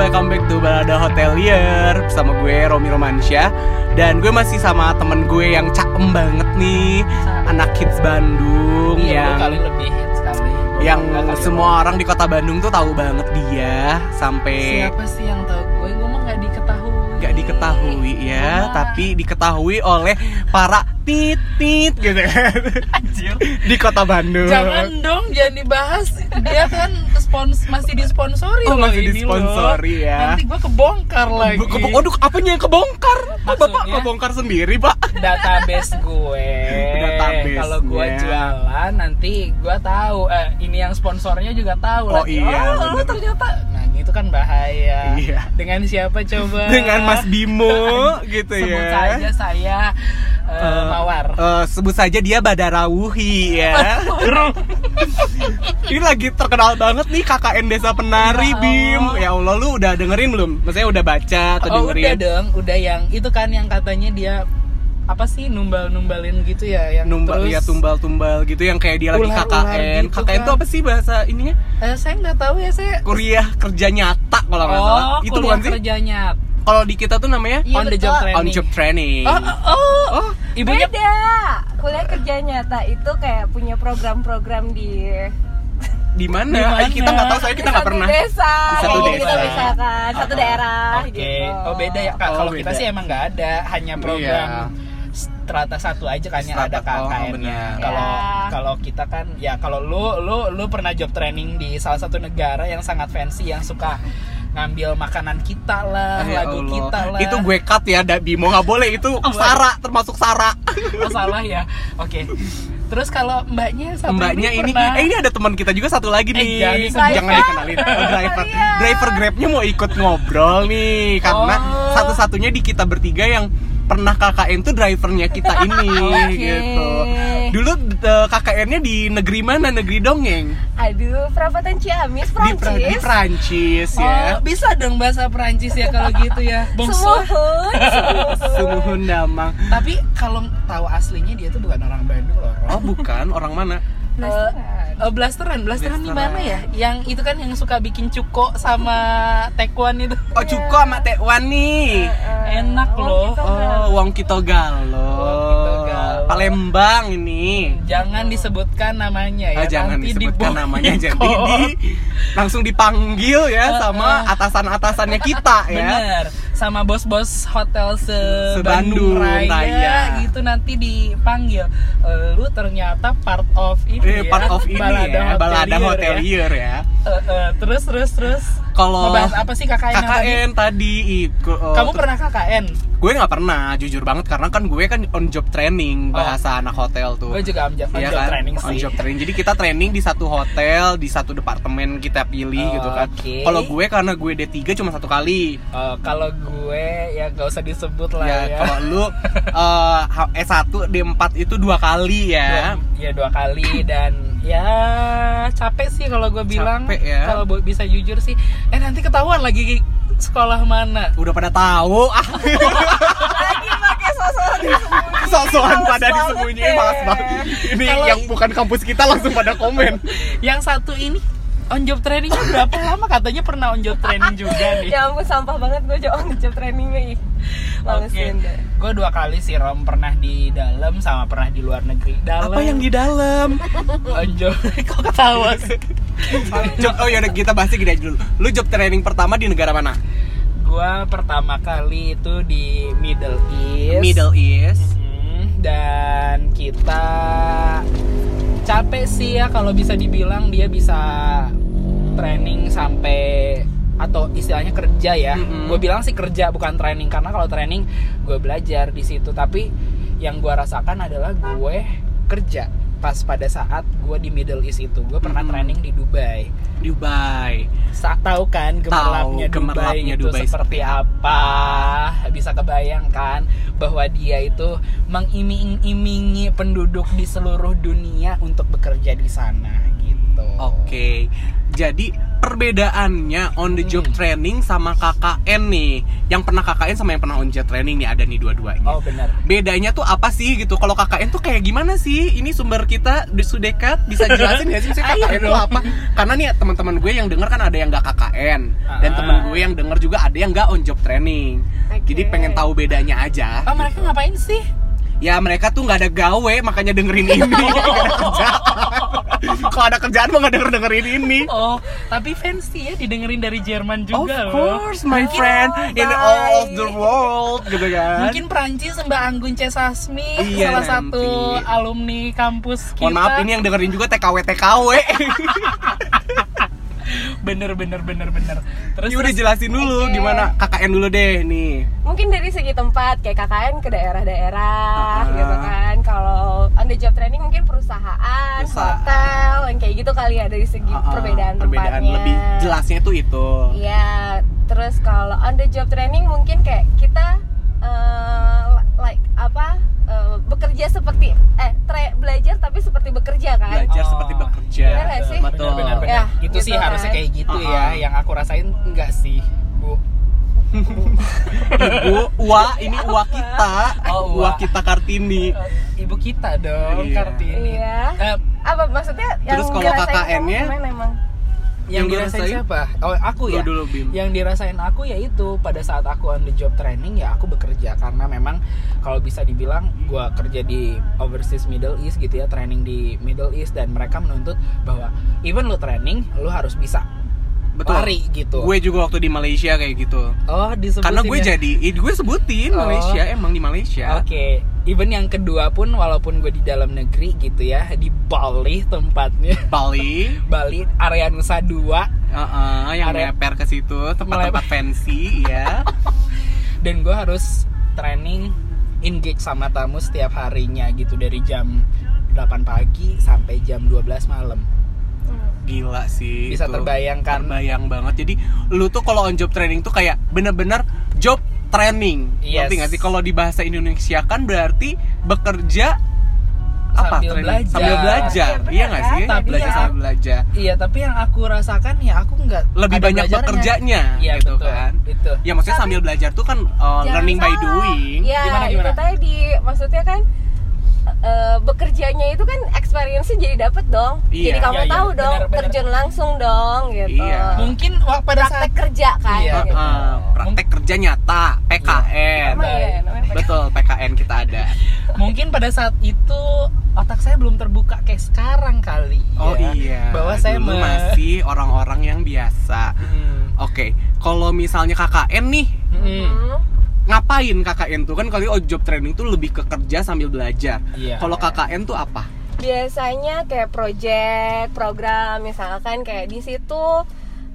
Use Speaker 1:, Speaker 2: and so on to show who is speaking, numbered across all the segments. Speaker 1: welcome back to Balada Hotelier Bersama gue Romi Romansyah Dan gue masih sama temen gue yang cakem banget nih Anak hits Bandung
Speaker 2: Iya,
Speaker 1: yang
Speaker 2: yang kali lebih hits kali. Gua
Speaker 1: yang
Speaker 2: bangga kali
Speaker 1: semua
Speaker 2: lu.
Speaker 1: orang di kota Bandung tuh tahu banget dia Sampai
Speaker 2: siapa sih yang tahu gue? Gue mah nggak diketahui. iya,
Speaker 1: nggak diketahui ya
Speaker 2: Gua mah-
Speaker 1: Tapi diketahui oleh para titit gitu kan
Speaker 2: Anjir.
Speaker 1: Di kota Bandung
Speaker 2: Jangan dong, jangan dibahas. Dia kan spons masih disponsori
Speaker 1: Oh,
Speaker 2: loh
Speaker 1: masih
Speaker 2: ini
Speaker 1: disponsori
Speaker 2: loh.
Speaker 1: ya.
Speaker 2: Nanti gue kebongkar lagi.
Speaker 1: Ke- ke- Waduh, apanya yang kebongkar? Kok bapak
Speaker 2: Maksudnya?
Speaker 1: kebongkar sendiri, Pak?
Speaker 2: database gue.
Speaker 1: Database-nya.
Speaker 2: Kalau gue jualan nanti gue tahu eh, ini yang sponsornya juga tahu
Speaker 1: Oh,
Speaker 2: lagi.
Speaker 1: iya,
Speaker 2: oh, lu
Speaker 1: bener.
Speaker 2: ternyata. Nah, gitu kan bahaya.
Speaker 1: Iya.
Speaker 2: Dengan siapa coba?
Speaker 1: Dengan Mas Bimo gitu ya.
Speaker 2: Sebut saja saya eh,
Speaker 1: Eh,
Speaker 2: Mawar.
Speaker 1: eh, sebut saja dia Badarawuhi ya. Ini lagi terkenal banget nih KKN Desa Penari
Speaker 2: Ya
Speaker 1: Bim.
Speaker 2: Allah.
Speaker 1: Ya Allah lu udah dengerin belum? Maksudnya udah baca atau
Speaker 2: oh, udah
Speaker 1: dengerin?
Speaker 2: dong, udah yang itu kan yang katanya dia apa sih numbal-numbalin gitu ya yang
Speaker 1: Numbal
Speaker 2: terus
Speaker 1: ya tumbal-tumbal gitu yang kayak dia lagi
Speaker 2: Ular-ular
Speaker 1: KKN.
Speaker 2: gitu
Speaker 1: KKN
Speaker 2: kan.
Speaker 1: tuh apa sih bahasa ininya?
Speaker 2: Eh, saya nggak tahu ya saya
Speaker 1: Kuliah kerja nyata kalau nggak salah.
Speaker 2: oh
Speaker 1: Itu
Speaker 2: kuliah
Speaker 1: bukan sih?
Speaker 2: kerjanya
Speaker 1: Kalau di kita tuh namanya
Speaker 2: Iya,
Speaker 1: on the
Speaker 2: betul.
Speaker 1: job training. On job training.
Speaker 2: oh oh, oh. ibunya
Speaker 3: Beda. Kuliah kerja nyata itu kayak punya program-program di
Speaker 1: Di
Speaker 2: Di
Speaker 1: mana?
Speaker 2: mana?
Speaker 1: Eh, kita nggak tahu soalnya kita nggak
Speaker 3: satu
Speaker 1: pernah.
Speaker 3: Desa,
Speaker 1: Satu
Speaker 3: gitu kita
Speaker 1: desa.
Speaker 3: misalkan satu daerah
Speaker 2: Oke,
Speaker 3: gitu.
Speaker 2: oh beda ya kak.
Speaker 1: Oh,
Speaker 2: Kalau kita
Speaker 1: beda.
Speaker 2: sih emang nggak ada, hanya program
Speaker 1: Iya.
Speaker 2: strata satu aja kan yang ada
Speaker 1: Strata, oh,
Speaker 2: KKN-nya.
Speaker 1: benar.
Speaker 2: Kalau
Speaker 3: Ya.
Speaker 2: kalau kita kan, ya kalau lu lu lu pernah job training di salah satu negara yang sangat fancy yang suka ngambil makanan kita lah, Eh,
Speaker 1: Ya
Speaker 2: lagu
Speaker 1: Allah.
Speaker 2: kita lah.
Speaker 1: Itu gue cut ya, Da Bimo nggak boleh itu Sara termasuk Sara.
Speaker 2: Oh, salah ya. Oke. Terus kalau mbaknya satu
Speaker 1: Mbaknya ini,
Speaker 2: pernah-
Speaker 1: eh ini ada teman kita juga satu lagi
Speaker 2: Eh,
Speaker 1: nih.
Speaker 2: jangan disebut.
Speaker 1: jangan dikenalin. Oh, driver,
Speaker 3: Kalian.
Speaker 1: driver Grabnya mau ikut ngobrol nih, karena
Speaker 2: Oh.
Speaker 1: satu-satunya di kita bertiga yang pernah KKN tuh drivernya kita ini,
Speaker 3: Oke.
Speaker 1: gitu. Dulu eh, KKN-nya di negeri mana? Negeri dongeng.
Speaker 3: Aduh, perapatan Ciamis,
Speaker 1: Di, Pra- di
Speaker 3: Prancis.
Speaker 1: Prancis
Speaker 2: Oh,
Speaker 1: ya.
Speaker 2: bisa dong bahasa Perancis ya kalau gitu ya. Bongsu.
Speaker 3: Semuhun, semuhun.
Speaker 1: Sumuhun damang.
Speaker 2: Tapi kalau tahu aslinya dia tuh bukan orang Bandung loh. Ron.
Speaker 1: Oh bukan, orang mana?
Speaker 3: Blasteran.
Speaker 2: Eh, blasteran, blasteran di
Speaker 1: Blasteran.
Speaker 2: mana ya? Yang itu kan yang suka bikin cuko sama tekwan itu.
Speaker 1: Oh Cuko sama Tekwan nih.
Speaker 2: Eh, Enak
Speaker 3: Oh,
Speaker 2: loh.
Speaker 3: kita
Speaker 1: Oh, Wong Kito Galo.
Speaker 2: Kitogalo.
Speaker 1: Palembang ini.
Speaker 2: Jangan disebutkan namanya ya.
Speaker 1: Ah, jangan
Speaker 2: nanti
Speaker 1: disebutkan
Speaker 2: dibongkar.
Speaker 1: namanya jadi di- ya. langsung dipanggil ya sama atasan-atasannya kita ya.
Speaker 2: Bener. Sama bos-bos hotel se
Speaker 1: Se-Bandung
Speaker 2: Bandung Raya,
Speaker 1: Raya.
Speaker 2: gitu nanti dipanggil. "Eh, Lu ternyata part of ini. ya,
Speaker 1: Eh, part of ini ya, balada
Speaker 2: ya."
Speaker 1: hotelier ya.
Speaker 2: Eh, eh, terus terus terus.
Speaker 1: Kalau
Speaker 2: Ngebahas apa sih KKN, yang tadi?
Speaker 1: KKN tadi ikut oh,
Speaker 2: Kamu
Speaker 1: terus-
Speaker 2: pernah KKN?
Speaker 1: gue nggak pernah jujur banget karena kan gue kan on job training
Speaker 2: Oh.
Speaker 1: bahasa anak hotel tuh.
Speaker 2: Gue juga on job, on
Speaker 1: Iya
Speaker 2: job
Speaker 1: kan?
Speaker 2: training sih.
Speaker 1: On job training. Jadi kita training di satu hotel, di satu departemen kita pilih gitu kan.
Speaker 2: Oh, Oke.
Speaker 1: Kalau gue karena gue D3 cuma satu kali.
Speaker 2: Eh, kalau gue ya gak usah disebut lah
Speaker 1: Ya,
Speaker 2: ya.
Speaker 1: kalau lu eh, H- S1 D4 itu dua kali ya.
Speaker 2: Dua- ya dua kali dan ya capek sih kalau gue bilang.
Speaker 1: Capek ya.
Speaker 2: Kalau bu- bisa jujur sih, eh nanti ketahuan lagi sekolah mana.
Speaker 1: Udah pada tahu ah.
Speaker 3: Lagi pakai sosokan disembunyiin.
Speaker 1: Sosokan
Speaker 3: Males
Speaker 1: pada
Speaker 3: banget
Speaker 1: disembunyiin
Speaker 3: deh.
Speaker 1: malas banget. Ini
Speaker 2: Kalau-
Speaker 1: yang bukan kampus kita langsung pada komen.
Speaker 2: Yang satu ini on job trainingnya berapa lama? Katanya pernah on job training juga nih.
Speaker 3: Ya ampun sampah banget gue jauh ngejep trainingnya ih. Malesin deh.
Speaker 2: Gue dua kali sih Rom pernah di dalam sama pernah di luar negeri. Dalam.
Speaker 1: Apa yang gitu? di dalam?
Speaker 2: on job? Kok ketawa sih?
Speaker 1: Job- oh ya kita bahasnya gini aja dulu. Lu job training pertama di negara mana?
Speaker 2: Gua pertama kali itu di Middle East.
Speaker 1: Middle East.
Speaker 2: Hmm, Dan kita capek sih ya kalau bisa dibilang dia bisa training sampai atau istilahnya kerja ya.
Speaker 1: Mm-mm.
Speaker 2: Gue bilang sih kerja bukan training karena kalau training gue belajar di situ tapi yang gue rasakan adalah gue kerja pas pada saat gue di Middle East itu gue pernah
Speaker 1: Mm-mm.
Speaker 2: training di Dubai
Speaker 1: Dubai.
Speaker 2: Sa tahu kan gemerlapnya,
Speaker 1: Tahu, gemerlapnya
Speaker 2: Dubai, itu
Speaker 1: Dubai
Speaker 2: seperti apa bisa kebayangkan bahwa dia itu mengiming-imingi penduduk di seluruh dunia untuk bekerja di sana gitu gitu.
Speaker 1: Oke, jadi perbedaannya on the job
Speaker 2: Hmm.
Speaker 1: training sama KKN nih, yang pernah KKN sama yang pernah on job training nih ada nih dua-duanya.
Speaker 2: Oh benar.
Speaker 1: Bedanya tuh apa sih gitu? Kalau KKN tuh kayak gimana sih? Ini sumber kita di Sudekat bisa jelasin nggak sih Maksudnya
Speaker 2: Ayo
Speaker 1: KKN
Speaker 2: dong.
Speaker 1: tuh apa? Karena nih teman-teman gue yang denger kan ada yang nggak KKN dan
Speaker 2: Ah.
Speaker 1: teman gue yang denger juga ada yang nggak on job training. Jadi
Speaker 3: Oke.
Speaker 1: pengen tahu bedanya aja.
Speaker 2: Ah mereka ngapain sih?
Speaker 1: Ya mereka tuh nggak ada gawe makanya dengerin ini. Nggak ada kerjaan. Kalau ada kerjaan mah nggak denger dengerin ini.
Speaker 2: Oh, tapi fancy ya didengerin dari Jerman juga loh.
Speaker 1: of course, my
Speaker 2: Mungkin-
Speaker 1: friend, in
Speaker 3: bye.
Speaker 1: all of the world, gitu kan.
Speaker 2: Mungkin Prancis Mbak Anggun C. Sasmi
Speaker 1: Iya,
Speaker 2: salah
Speaker 1: nanti.
Speaker 2: satu alumni kampus kita.
Speaker 1: Mohon maaf, ini yang dengerin juga TKW TKW.
Speaker 2: bener bener bener bener. Terus
Speaker 1: Ini udah jelasin dulu
Speaker 3: Oke.
Speaker 1: gimana KKN dulu deh nih.
Speaker 3: mungkin dari segi tempat kayak KKN ke daerah-daerah
Speaker 1: Ah.
Speaker 3: gitu kan kalau on the job training mungkin perusahaan,
Speaker 1: Perusahaan.
Speaker 3: hotel yang kayak gitu kali ya dari segi
Speaker 1: Ah, ah,
Speaker 3: perbedaan,
Speaker 1: perbedaan
Speaker 3: tempatnya
Speaker 1: lebih jelasnya tuh itu.
Speaker 3: Iya, terus kalau on the job training mungkin kayak kita eh, like apa eh, bekerja seperti eh tra- belajar tapi seperti bekerja kan.
Speaker 1: Belajar
Speaker 2: Oh.
Speaker 1: seperti bekerja.
Speaker 3: Bener nggak sih?
Speaker 1: Betul.
Speaker 2: Benar, benar, benar.
Speaker 3: Ya,
Speaker 2: itu
Speaker 3: gitu
Speaker 2: sih harusnya
Speaker 3: kan.
Speaker 2: kayak gitu
Speaker 1: Uh-uh.
Speaker 2: ya. Yang aku rasain enggak sih, Bu.
Speaker 1: Ibu, Ua, ini Ua kita,
Speaker 2: Oh, Iya. Ua.
Speaker 1: Ua kita Kartini.
Speaker 2: Ibu kita dong,
Speaker 1: Iya.
Speaker 2: Kartini.
Speaker 3: Iya.
Speaker 2: Eh,
Speaker 3: Apa maksudnya yang
Speaker 1: Terus kalau
Speaker 3: dirasain kamu
Speaker 1: KKN-nya?
Speaker 3: gimana emang?
Speaker 2: yang, dirasain
Speaker 1: Yang dirasain?
Speaker 2: siapa? Oh, aku
Speaker 1: Lu
Speaker 2: ya.
Speaker 1: dulu, Bim.
Speaker 2: Yang dirasain aku ya itu pada saat aku on the job training ya aku bekerja karena memang kalau bisa dibilang gua kerja di overseas Middle East gitu ya, training di Middle East dan mereka menuntut bahwa even lu training, lu harus bisa
Speaker 1: Betul.
Speaker 2: lari gitu.
Speaker 1: Gue juga waktu di Malaysia kayak gitu.
Speaker 2: oh, disebutin
Speaker 1: Karena gue
Speaker 2: ya.
Speaker 1: jadi, eh, gue sebutin
Speaker 2: Oh.
Speaker 1: Malaysia emang di Malaysia.
Speaker 2: Oke, even yang kedua pun walaupun gue di dalam negeri gitu ya, di Bali tempatnya.
Speaker 1: Bali,
Speaker 2: Bali area Nusa Dua
Speaker 1: Heeh, yang
Speaker 2: Area-
Speaker 1: meper ke situ tempat-tempat fancy ya.
Speaker 2: dan gue harus training engage sama tamu setiap harinya gitu dari jam 8 pagi sampai jam 12 malam.
Speaker 3: Hmm.
Speaker 1: Gila sih.
Speaker 2: Bisa terbayangkan.
Speaker 1: Terbayang banget. Jadi lu tuh kalau on job training tuh kayak bener-bener job training.
Speaker 2: Yes.
Speaker 1: Ngerti nggak sih kalau di bahasa Indonesia kan berarti bekerja apa?
Speaker 2: Sambil
Speaker 1: training?
Speaker 2: belajar.
Speaker 1: Sambil belajar.
Speaker 3: Iya, bener
Speaker 1: iya nggak
Speaker 3: kan?
Speaker 1: sih?
Speaker 2: Tapi
Speaker 1: belajar
Speaker 2: ya-
Speaker 1: sambil belajar.
Speaker 2: Iya, tapi yang aku rasakan ya aku nggak
Speaker 1: Lebih
Speaker 2: ada
Speaker 1: banyak
Speaker 2: belajarnya.
Speaker 1: bekerjanya
Speaker 2: Iya,
Speaker 1: gitu
Speaker 2: betul.
Speaker 1: kan.
Speaker 2: Itu.
Speaker 1: Ya maksudnya
Speaker 3: Tapi-
Speaker 1: sambil belajar tuh kan uh,
Speaker 2: Oh,
Speaker 3: Jangan
Speaker 1: learning by
Speaker 3: salah.
Speaker 1: doing.
Speaker 3: Ya,
Speaker 2: Gimana, gimana?
Speaker 3: itu tadi. Maksudnya kan eh, bekerjanya itu kan experience-nya jadi dapet dong.
Speaker 1: Iya.
Speaker 3: Jadi kamu
Speaker 2: Iya, iya.
Speaker 3: tahu
Speaker 2: Benar,
Speaker 3: dong,
Speaker 2: benar.
Speaker 3: terjun langsung dong gitu.
Speaker 1: Iya.
Speaker 2: Mungkin wah, pada saat
Speaker 3: Praktek kerja kan.
Speaker 2: Iya.
Speaker 3: gitu.
Speaker 1: Heeh, Eh, praktek kerja nyata PKN.
Speaker 3: Emang iya, namanya praktek.
Speaker 1: Betul, PKN kita ada.
Speaker 2: mungkin pada saat itu otak saya belum terbuka kayak sekarang kali.
Speaker 1: Oh
Speaker 2: ya.
Speaker 1: iya.
Speaker 2: Bahwa saya
Speaker 1: Dulu
Speaker 2: me-
Speaker 1: masih orang-orang yang biasa.
Speaker 2: Hmm.
Speaker 1: Oke, kalau misalnya KKN nih,
Speaker 2: Hmm.
Speaker 3: Hmm.
Speaker 1: ngapain KKN tuh kan kalau oh, job training tuh lebih ke kerja sambil belajar.
Speaker 2: Iya.
Speaker 1: Kalau KKN tuh apa?
Speaker 3: biasanya kayak project, program misalkan kayak di situ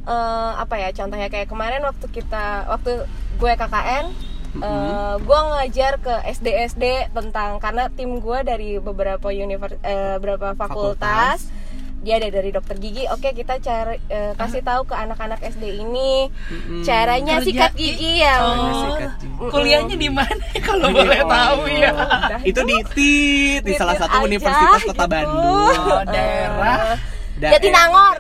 Speaker 3: eh, apa ya contohnya kayak kemarin waktu kita waktu gue KKN eh, gue ngajar ke SD SD tentang karena tim gue dari beberapa univers eh, beberapa fakultas, dia ada dari dokter gigi oke kita cari eh, kasih tahu ke anak-anak SD ini
Speaker 1: Mm-mm.
Speaker 2: Kerja
Speaker 3: caranya sikat
Speaker 2: di-
Speaker 3: gigi ya
Speaker 1: Caranya
Speaker 2: Oh.
Speaker 1: sikat gigi.
Speaker 2: Kuliahnya di mana ya, kalau boleh
Speaker 1: Oh.
Speaker 2: tahu ya?
Speaker 3: Udah,
Speaker 1: Itu di TIT, di
Speaker 3: Titit
Speaker 1: salah satu
Speaker 3: aja,
Speaker 1: universitas kota
Speaker 3: gitu.
Speaker 1: Bandung.
Speaker 2: Oh, daerah.
Speaker 1: Daerah.
Speaker 3: Jatinangor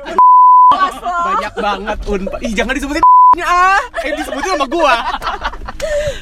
Speaker 3: Oslo.
Speaker 1: Banyak banget unpa. Ih, jangan disebutin nya ah. Eh disebutin sama gua.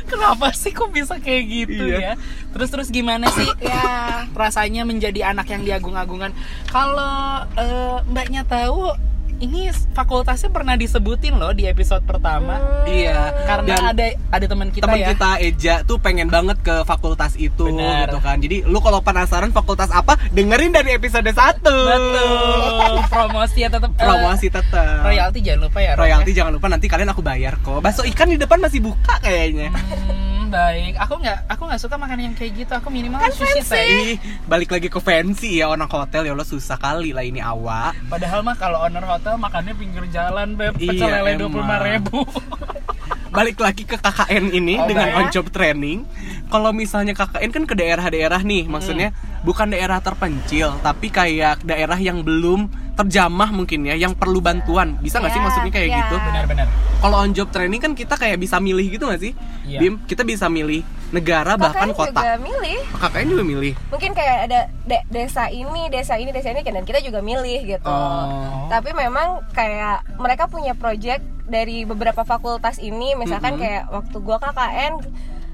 Speaker 2: Kenapa sih kok bisa kayak gitu
Speaker 1: Iya.
Speaker 2: ya? Terus terus gimana sih ya rasanya menjadi anak yang diagung-agungan? Kalau eh, mbaknya tahu ini fakultasnya pernah disebutin loh di episode pertama
Speaker 1: Iya,
Speaker 2: karena
Speaker 1: Dan-
Speaker 2: ada ada teman kita
Speaker 1: teman
Speaker 2: ya.
Speaker 1: kita Eja tuh pengen banget ke fakultas itu
Speaker 2: Benar.
Speaker 1: gitu kan. Jadi lu kalau penasaran fakultas apa, dengerin dari episode 1.
Speaker 2: Betul. Promosi ya tetap eh,
Speaker 1: Promosi tetap.
Speaker 2: royalti jangan lupa ya. Rob, ya.
Speaker 1: Royalti jangan lupa nanti kalian aku bayar kok. Bakso ikan di depan masih buka kayaknya.
Speaker 2: Hmm, baik. Aku nggak aku nggak suka makan yang kayak gitu. Aku minimal
Speaker 1: Kan
Speaker 2: sushi teh.
Speaker 1: Ih, balik lagi ke fancy ya orang hotel ya Allah susah kali lah ini awak.
Speaker 2: Padahal mah kalau owner hotel makannya pinggir jalan, Beb. Pecel
Speaker 1: Iya,
Speaker 2: lele
Speaker 1: emang.
Speaker 2: 25.000.
Speaker 1: Balik lagi ke KKN ini
Speaker 2: Oh,
Speaker 1: dengan
Speaker 2: baik.
Speaker 1: on job training. Kalau misalnya KKN kan ke daerah-daerah nih, maksudnya bukan daerah terpencil tapi kayak daerah yang belum terjamah mungkin ya, yang perlu bantuan. Bisa nggak sih
Speaker 3: Ya,
Speaker 1: maksudnya kayak
Speaker 3: ya.
Speaker 1: gitu?
Speaker 2: Benar-benar.
Speaker 1: Kalau on job training kan kita kayak bisa milih gitu nggak sih?
Speaker 2: Iya.
Speaker 1: Bim, kita bisa milih negara bahkan kota.
Speaker 3: juga milih
Speaker 1: Kakaknya juga milih.
Speaker 3: mungkin kayak ada de- desa ini desa ini desa ini dan kita juga milih gitu
Speaker 1: Oh.
Speaker 3: tapi memang kayak mereka punya project dari beberapa fakultas ini misalkan
Speaker 1: Mm-mm.
Speaker 3: kayak waktu gua KKN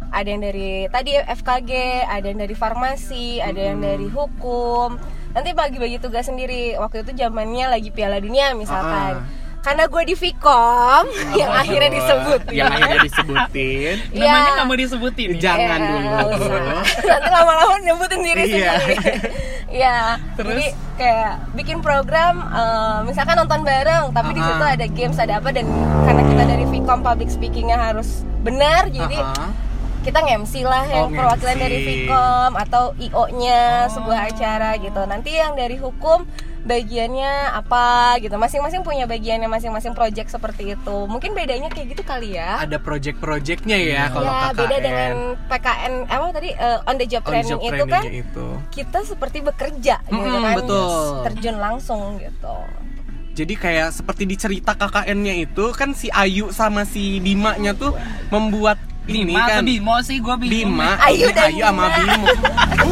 Speaker 3: ada yang dari tadi FKG ada yang dari farmasi ada yang dari hukum nanti bagi-bagi tugas sendiri waktu itu zamannya lagi Piala Dunia misalkan
Speaker 1: Ah.
Speaker 3: karena gue di Vkom yang akhirnya disebut
Speaker 1: Yang akhirnya disebutin.
Speaker 2: Namanya nggak
Speaker 1: Iya.
Speaker 2: mau disebutin. ya? nih.
Speaker 1: Jangan. dulu.
Speaker 3: nggak usah. Eh, iya. Nanti lama-lama nyebutin diri
Speaker 1: Iya.
Speaker 3: sendiri. Iya.
Speaker 2: Terus?
Speaker 3: Jadi kayak bikin program, eh, misalkan nonton bareng, tapi di
Speaker 1: Ah-ah.
Speaker 3: situ ada games, ada apa dan karena kita dari Vcom public speakingnya harus benar, jadi
Speaker 1: Ah, ah.
Speaker 3: kita nge-MC lah yang
Speaker 1: Oh,
Speaker 3: perwakilan
Speaker 1: nge-MC.
Speaker 3: dari Vcom atau IO-nya
Speaker 2: Oh.
Speaker 3: sebuah acara gitu. Nanti yang dari hukum bagiannya apa gitu masing-masing punya bagiannya masing-masing project seperti itu mungkin bedanya kayak gitu kali ya
Speaker 1: ada project-projectnya ya kalau
Speaker 3: ya,
Speaker 1: KKN.
Speaker 3: beda dengan PKN apa tadi eh, on the job
Speaker 1: On
Speaker 3: training
Speaker 1: Oh, job
Speaker 3: itu kan
Speaker 1: trainingnya itu.
Speaker 3: kita seperti bekerja gitu
Speaker 1: Mm-mm,
Speaker 3: kan
Speaker 1: betul.
Speaker 3: terjun langsung gitu.
Speaker 1: Jadi kayak seperti di cerita KKN-nya itu kan si Ayu sama si Bima-nya tuh membuat ini
Speaker 2: Bima atau
Speaker 1: kan
Speaker 2: Bimo sih gue bingung.
Speaker 1: Bima,
Speaker 3: Ayu dan
Speaker 1: Ayu sama
Speaker 3: Bima.
Speaker 1: Bimo.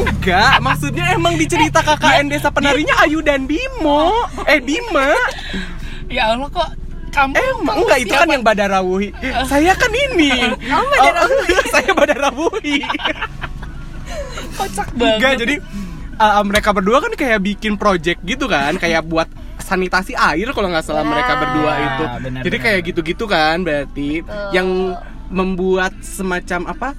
Speaker 1: Enggak, maksudnya emang di cerita KKN Desa Penarinya Ayu dan Bimo.
Speaker 3: Oh.
Speaker 1: Eh Bima.
Speaker 2: Ya Allah kok kamu
Speaker 1: Emang Eh, enggak itu kan yang Badarawuhi. Saya kan ini.
Speaker 3: Oh, Badarawuhi.
Speaker 1: Oh, saya Badarawuhi.
Speaker 2: kocak banget.
Speaker 1: Enggak, jadi uh, mereka berdua kan kayak bikin project gitu kan, kayak buat sanitasi air kalau nggak salah
Speaker 3: Ya.
Speaker 1: mereka berdua itu.
Speaker 2: Iya, Benar,
Speaker 1: jadi
Speaker 2: benar,
Speaker 1: kayak
Speaker 2: benar.
Speaker 1: gitu-gitu kan berarti
Speaker 3: Betul.
Speaker 1: yang membuat semacam apa?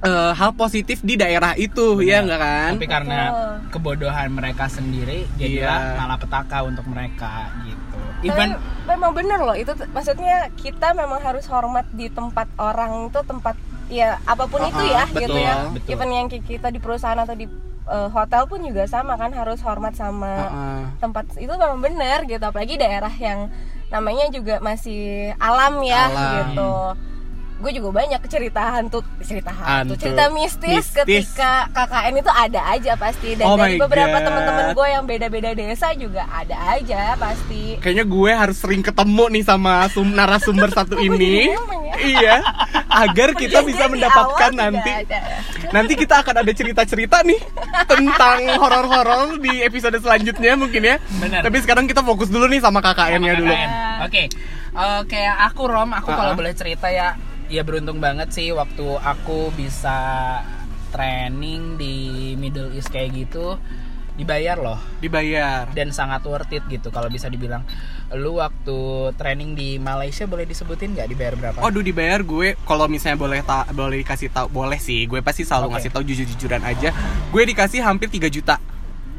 Speaker 1: eh, hal positif di daerah itu ya enggak kan?
Speaker 2: Tapi karena kebodohan mereka sendiri
Speaker 1: Iya.
Speaker 2: jadilah malapetaka untuk mereka gitu.
Speaker 3: Tapi
Speaker 2: Even
Speaker 3: memang bener loh itu t- maksudnya kita memang harus hormat di tempat orang itu tempat ya apapun itu
Speaker 1: Uh-uh,
Speaker 3: ya
Speaker 1: betul,
Speaker 3: gitu ya.
Speaker 2: betul.
Speaker 3: Even yang ki- kita di perusahaan atau di eh, hotel pun juga sama kan harus hormat sama
Speaker 1: Heeh.
Speaker 3: tempat itu memang benar gitu apalagi daerah yang namanya juga masih alam ya
Speaker 1: Alam.
Speaker 3: gitu gue juga banyak cerita hantu cerita hantu,
Speaker 1: Hantu.
Speaker 3: cerita mistis,
Speaker 1: Mistis.
Speaker 3: ketika KKN itu ada aja pasti dan
Speaker 1: Oh
Speaker 3: dari
Speaker 1: my
Speaker 3: beberapa
Speaker 1: God.
Speaker 3: teman-teman gue yang beda-beda desa juga ada aja pasti
Speaker 1: Kayaknya gue harus sering ketemu nih sama sum- narasumber satu ini.
Speaker 3: jadi nyaman ya?
Speaker 1: iya, agar kita
Speaker 3: Jadi
Speaker 1: bisa
Speaker 3: di
Speaker 1: mendapatkan
Speaker 3: awal
Speaker 1: nanti.
Speaker 3: juga ada.
Speaker 1: Nanti kita akan ada cerita-cerita nih tentang horor-horor di episode selanjutnya mungkin ya.
Speaker 2: Benar.
Speaker 1: Tapi sekarang kita fokus dulu nih sama KKN-nya dulu.
Speaker 2: KKN. Iya. Oke. Eh, kayak aku Rom, aku kalau
Speaker 1: Ah-ah.
Speaker 2: boleh cerita ya, ya beruntung banget sih waktu aku bisa training di Middle East kayak gitu dibayar loh
Speaker 1: Dibayar.
Speaker 2: dan sangat worth it gitu kalau bisa dibilang lu waktu training di Malaysia boleh disebutin nggak dibayar berapa?
Speaker 1: Aduh dibayar gue kalau misalnya boleh ta- boleh dikasih tahu boleh sih gue pasti
Speaker 2: Oke.
Speaker 1: selalu ngasih tahu jujur-jujuran aja gue dikasih hampir 3 juta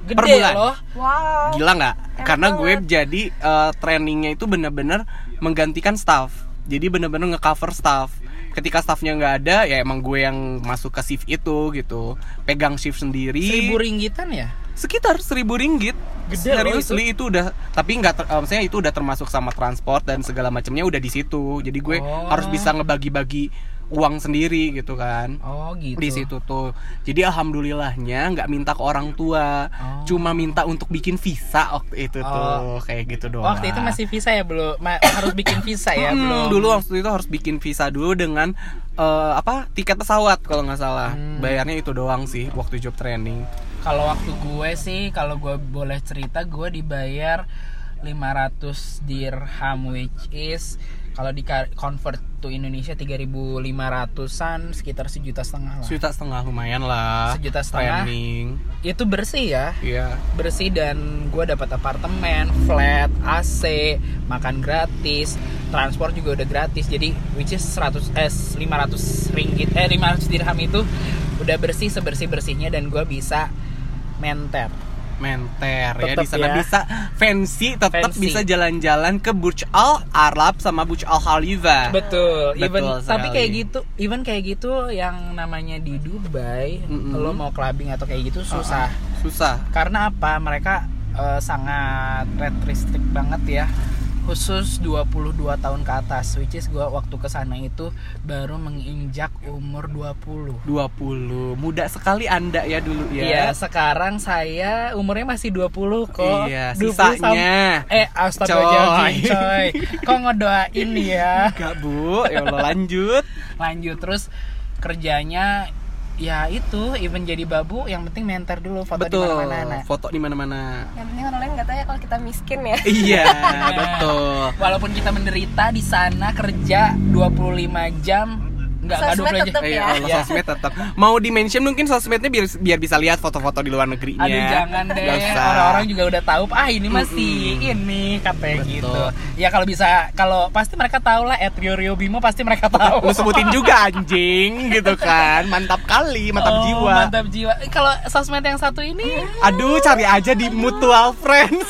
Speaker 2: Gede
Speaker 1: per bulan.
Speaker 2: loh.
Speaker 3: wow
Speaker 1: gila nggak?
Speaker 2: Ya
Speaker 3: Enak
Speaker 1: Karena gue
Speaker 3: banget.
Speaker 1: jadi eh, trainingnya itu bener-bener menggantikan staff. Jadi bener-bener ngecover staff. Ketika staffnya nggak ada, ya emang gue yang masuk ke shift itu gitu. Pegang shift sendiri.
Speaker 2: Seribu ringgitan ya?
Speaker 1: Sekitar seribu ringgit.
Speaker 2: Gede loh
Speaker 1: Seriously, itu. udah. Tapi nggak, ter- eh, maksudnya itu udah termasuk sama transport dan segala macamnya udah di situ. Jadi gue
Speaker 2: Oh.
Speaker 1: harus bisa ngebagi-bagi uang sendiri gitu kan
Speaker 2: Oh gitu.
Speaker 1: di situ tuh. Jadi alhamdulillahnya nggak minta ke orang tua,
Speaker 2: Oh.
Speaker 1: cuma minta untuk bikin visa waktu itu tuh kayak gitu
Speaker 2: Oh,
Speaker 1: doang.
Speaker 2: Waktu itu masih visa ya belum ma- harus bikin visa ya
Speaker 1: Hmm,
Speaker 2: belum.
Speaker 1: dulu waktu itu harus bikin visa dulu dengan eh, apa tiket pesawat kalau nggak salah.
Speaker 2: Hmm.
Speaker 1: Bayarnya itu doang sih waktu job training.
Speaker 2: Kalau waktu gue sih kalau gue boleh cerita gue dibayar 500 dirham which is kalau di convert to Indonesia 3.500an sekitar sejuta setengah lah.
Speaker 1: Sejuta setengah lumayan lah.
Speaker 2: Sejuta setengah.
Speaker 1: Training.
Speaker 2: Itu bersih ya.
Speaker 1: Iya.
Speaker 2: bersih dan gue dapat apartemen, flat, AC, makan gratis, transport juga udah gratis. Jadi which is 100 eh 500 ringgit eh 500 dirham itu udah bersih sebersih bersihnya dan gue bisa menter.
Speaker 1: Menter ya
Speaker 2: Tetep
Speaker 1: di sana
Speaker 2: ya.
Speaker 1: bisa fancy tetap
Speaker 2: Fancy.
Speaker 1: bisa jalan-jalan ke Burj Al Arab sama Burj Al Khalifa.
Speaker 2: Betul.
Speaker 1: Betul
Speaker 2: even
Speaker 1: sekali.
Speaker 2: tapi kayak gitu, even kayak gitu yang namanya di Dubai,
Speaker 1: Mm-mm.
Speaker 2: lo mau clubbing atau kayak gitu susah.
Speaker 1: Susah.
Speaker 2: Karena apa? Mereka eh, sangat restricted banget ya. Khusus 22 tahun ke atas, which is gua waktu ke sana itu baru menginjak umur 20.
Speaker 1: 20. Muda sekali Anda ya dulu ya.
Speaker 2: Iya, sekarang saya umurnya masih 20 kok.
Speaker 1: Iya,
Speaker 2: 20
Speaker 1: sisanya.
Speaker 2: sam- Eh, astagfirullahaladzim,
Speaker 1: Coy.
Speaker 2: coy. Kok ngedoain ya?
Speaker 1: Enggak, Bu. Ya Allah, lanjut.
Speaker 2: Lanjut terus kerjanya ya itu even jadi babu yang penting mentor dulu foto di
Speaker 1: betul
Speaker 2: mana-mana Nah,
Speaker 1: foto di mana-mana
Speaker 3: Yang penting orang lain nggak tahu ya kalau kita miskin ya.
Speaker 1: iya betul
Speaker 2: walaupun kita menderita di sana kerja 25 jam nggak nggak 25 jam
Speaker 3: Sosmed tetap
Speaker 1: Eh,
Speaker 3: ya.
Speaker 2: Iya.
Speaker 1: Allah, sosmed tetap mau di mention mungkin sosmednya biar biar bisa lihat foto-foto di luar negerinya
Speaker 2: Aduh jangan deh,
Speaker 1: Iya, Nggak usah.
Speaker 2: orang-orang juga udah tahu. Ah ini masih ini katanya
Speaker 1: Betul.
Speaker 2: gitu. Ya kalau bisa, kalau pasti mereka tahu lah. At Rio Rio Bimo pasti mereka tahu.
Speaker 1: lu sebutin juga anjing gitu kan mantap kali
Speaker 2: Oh,
Speaker 1: mantap jiwa
Speaker 2: Mantap jiwa. Kalau sosmed yang satu ini,
Speaker 1: aduh cari aja di mutual friends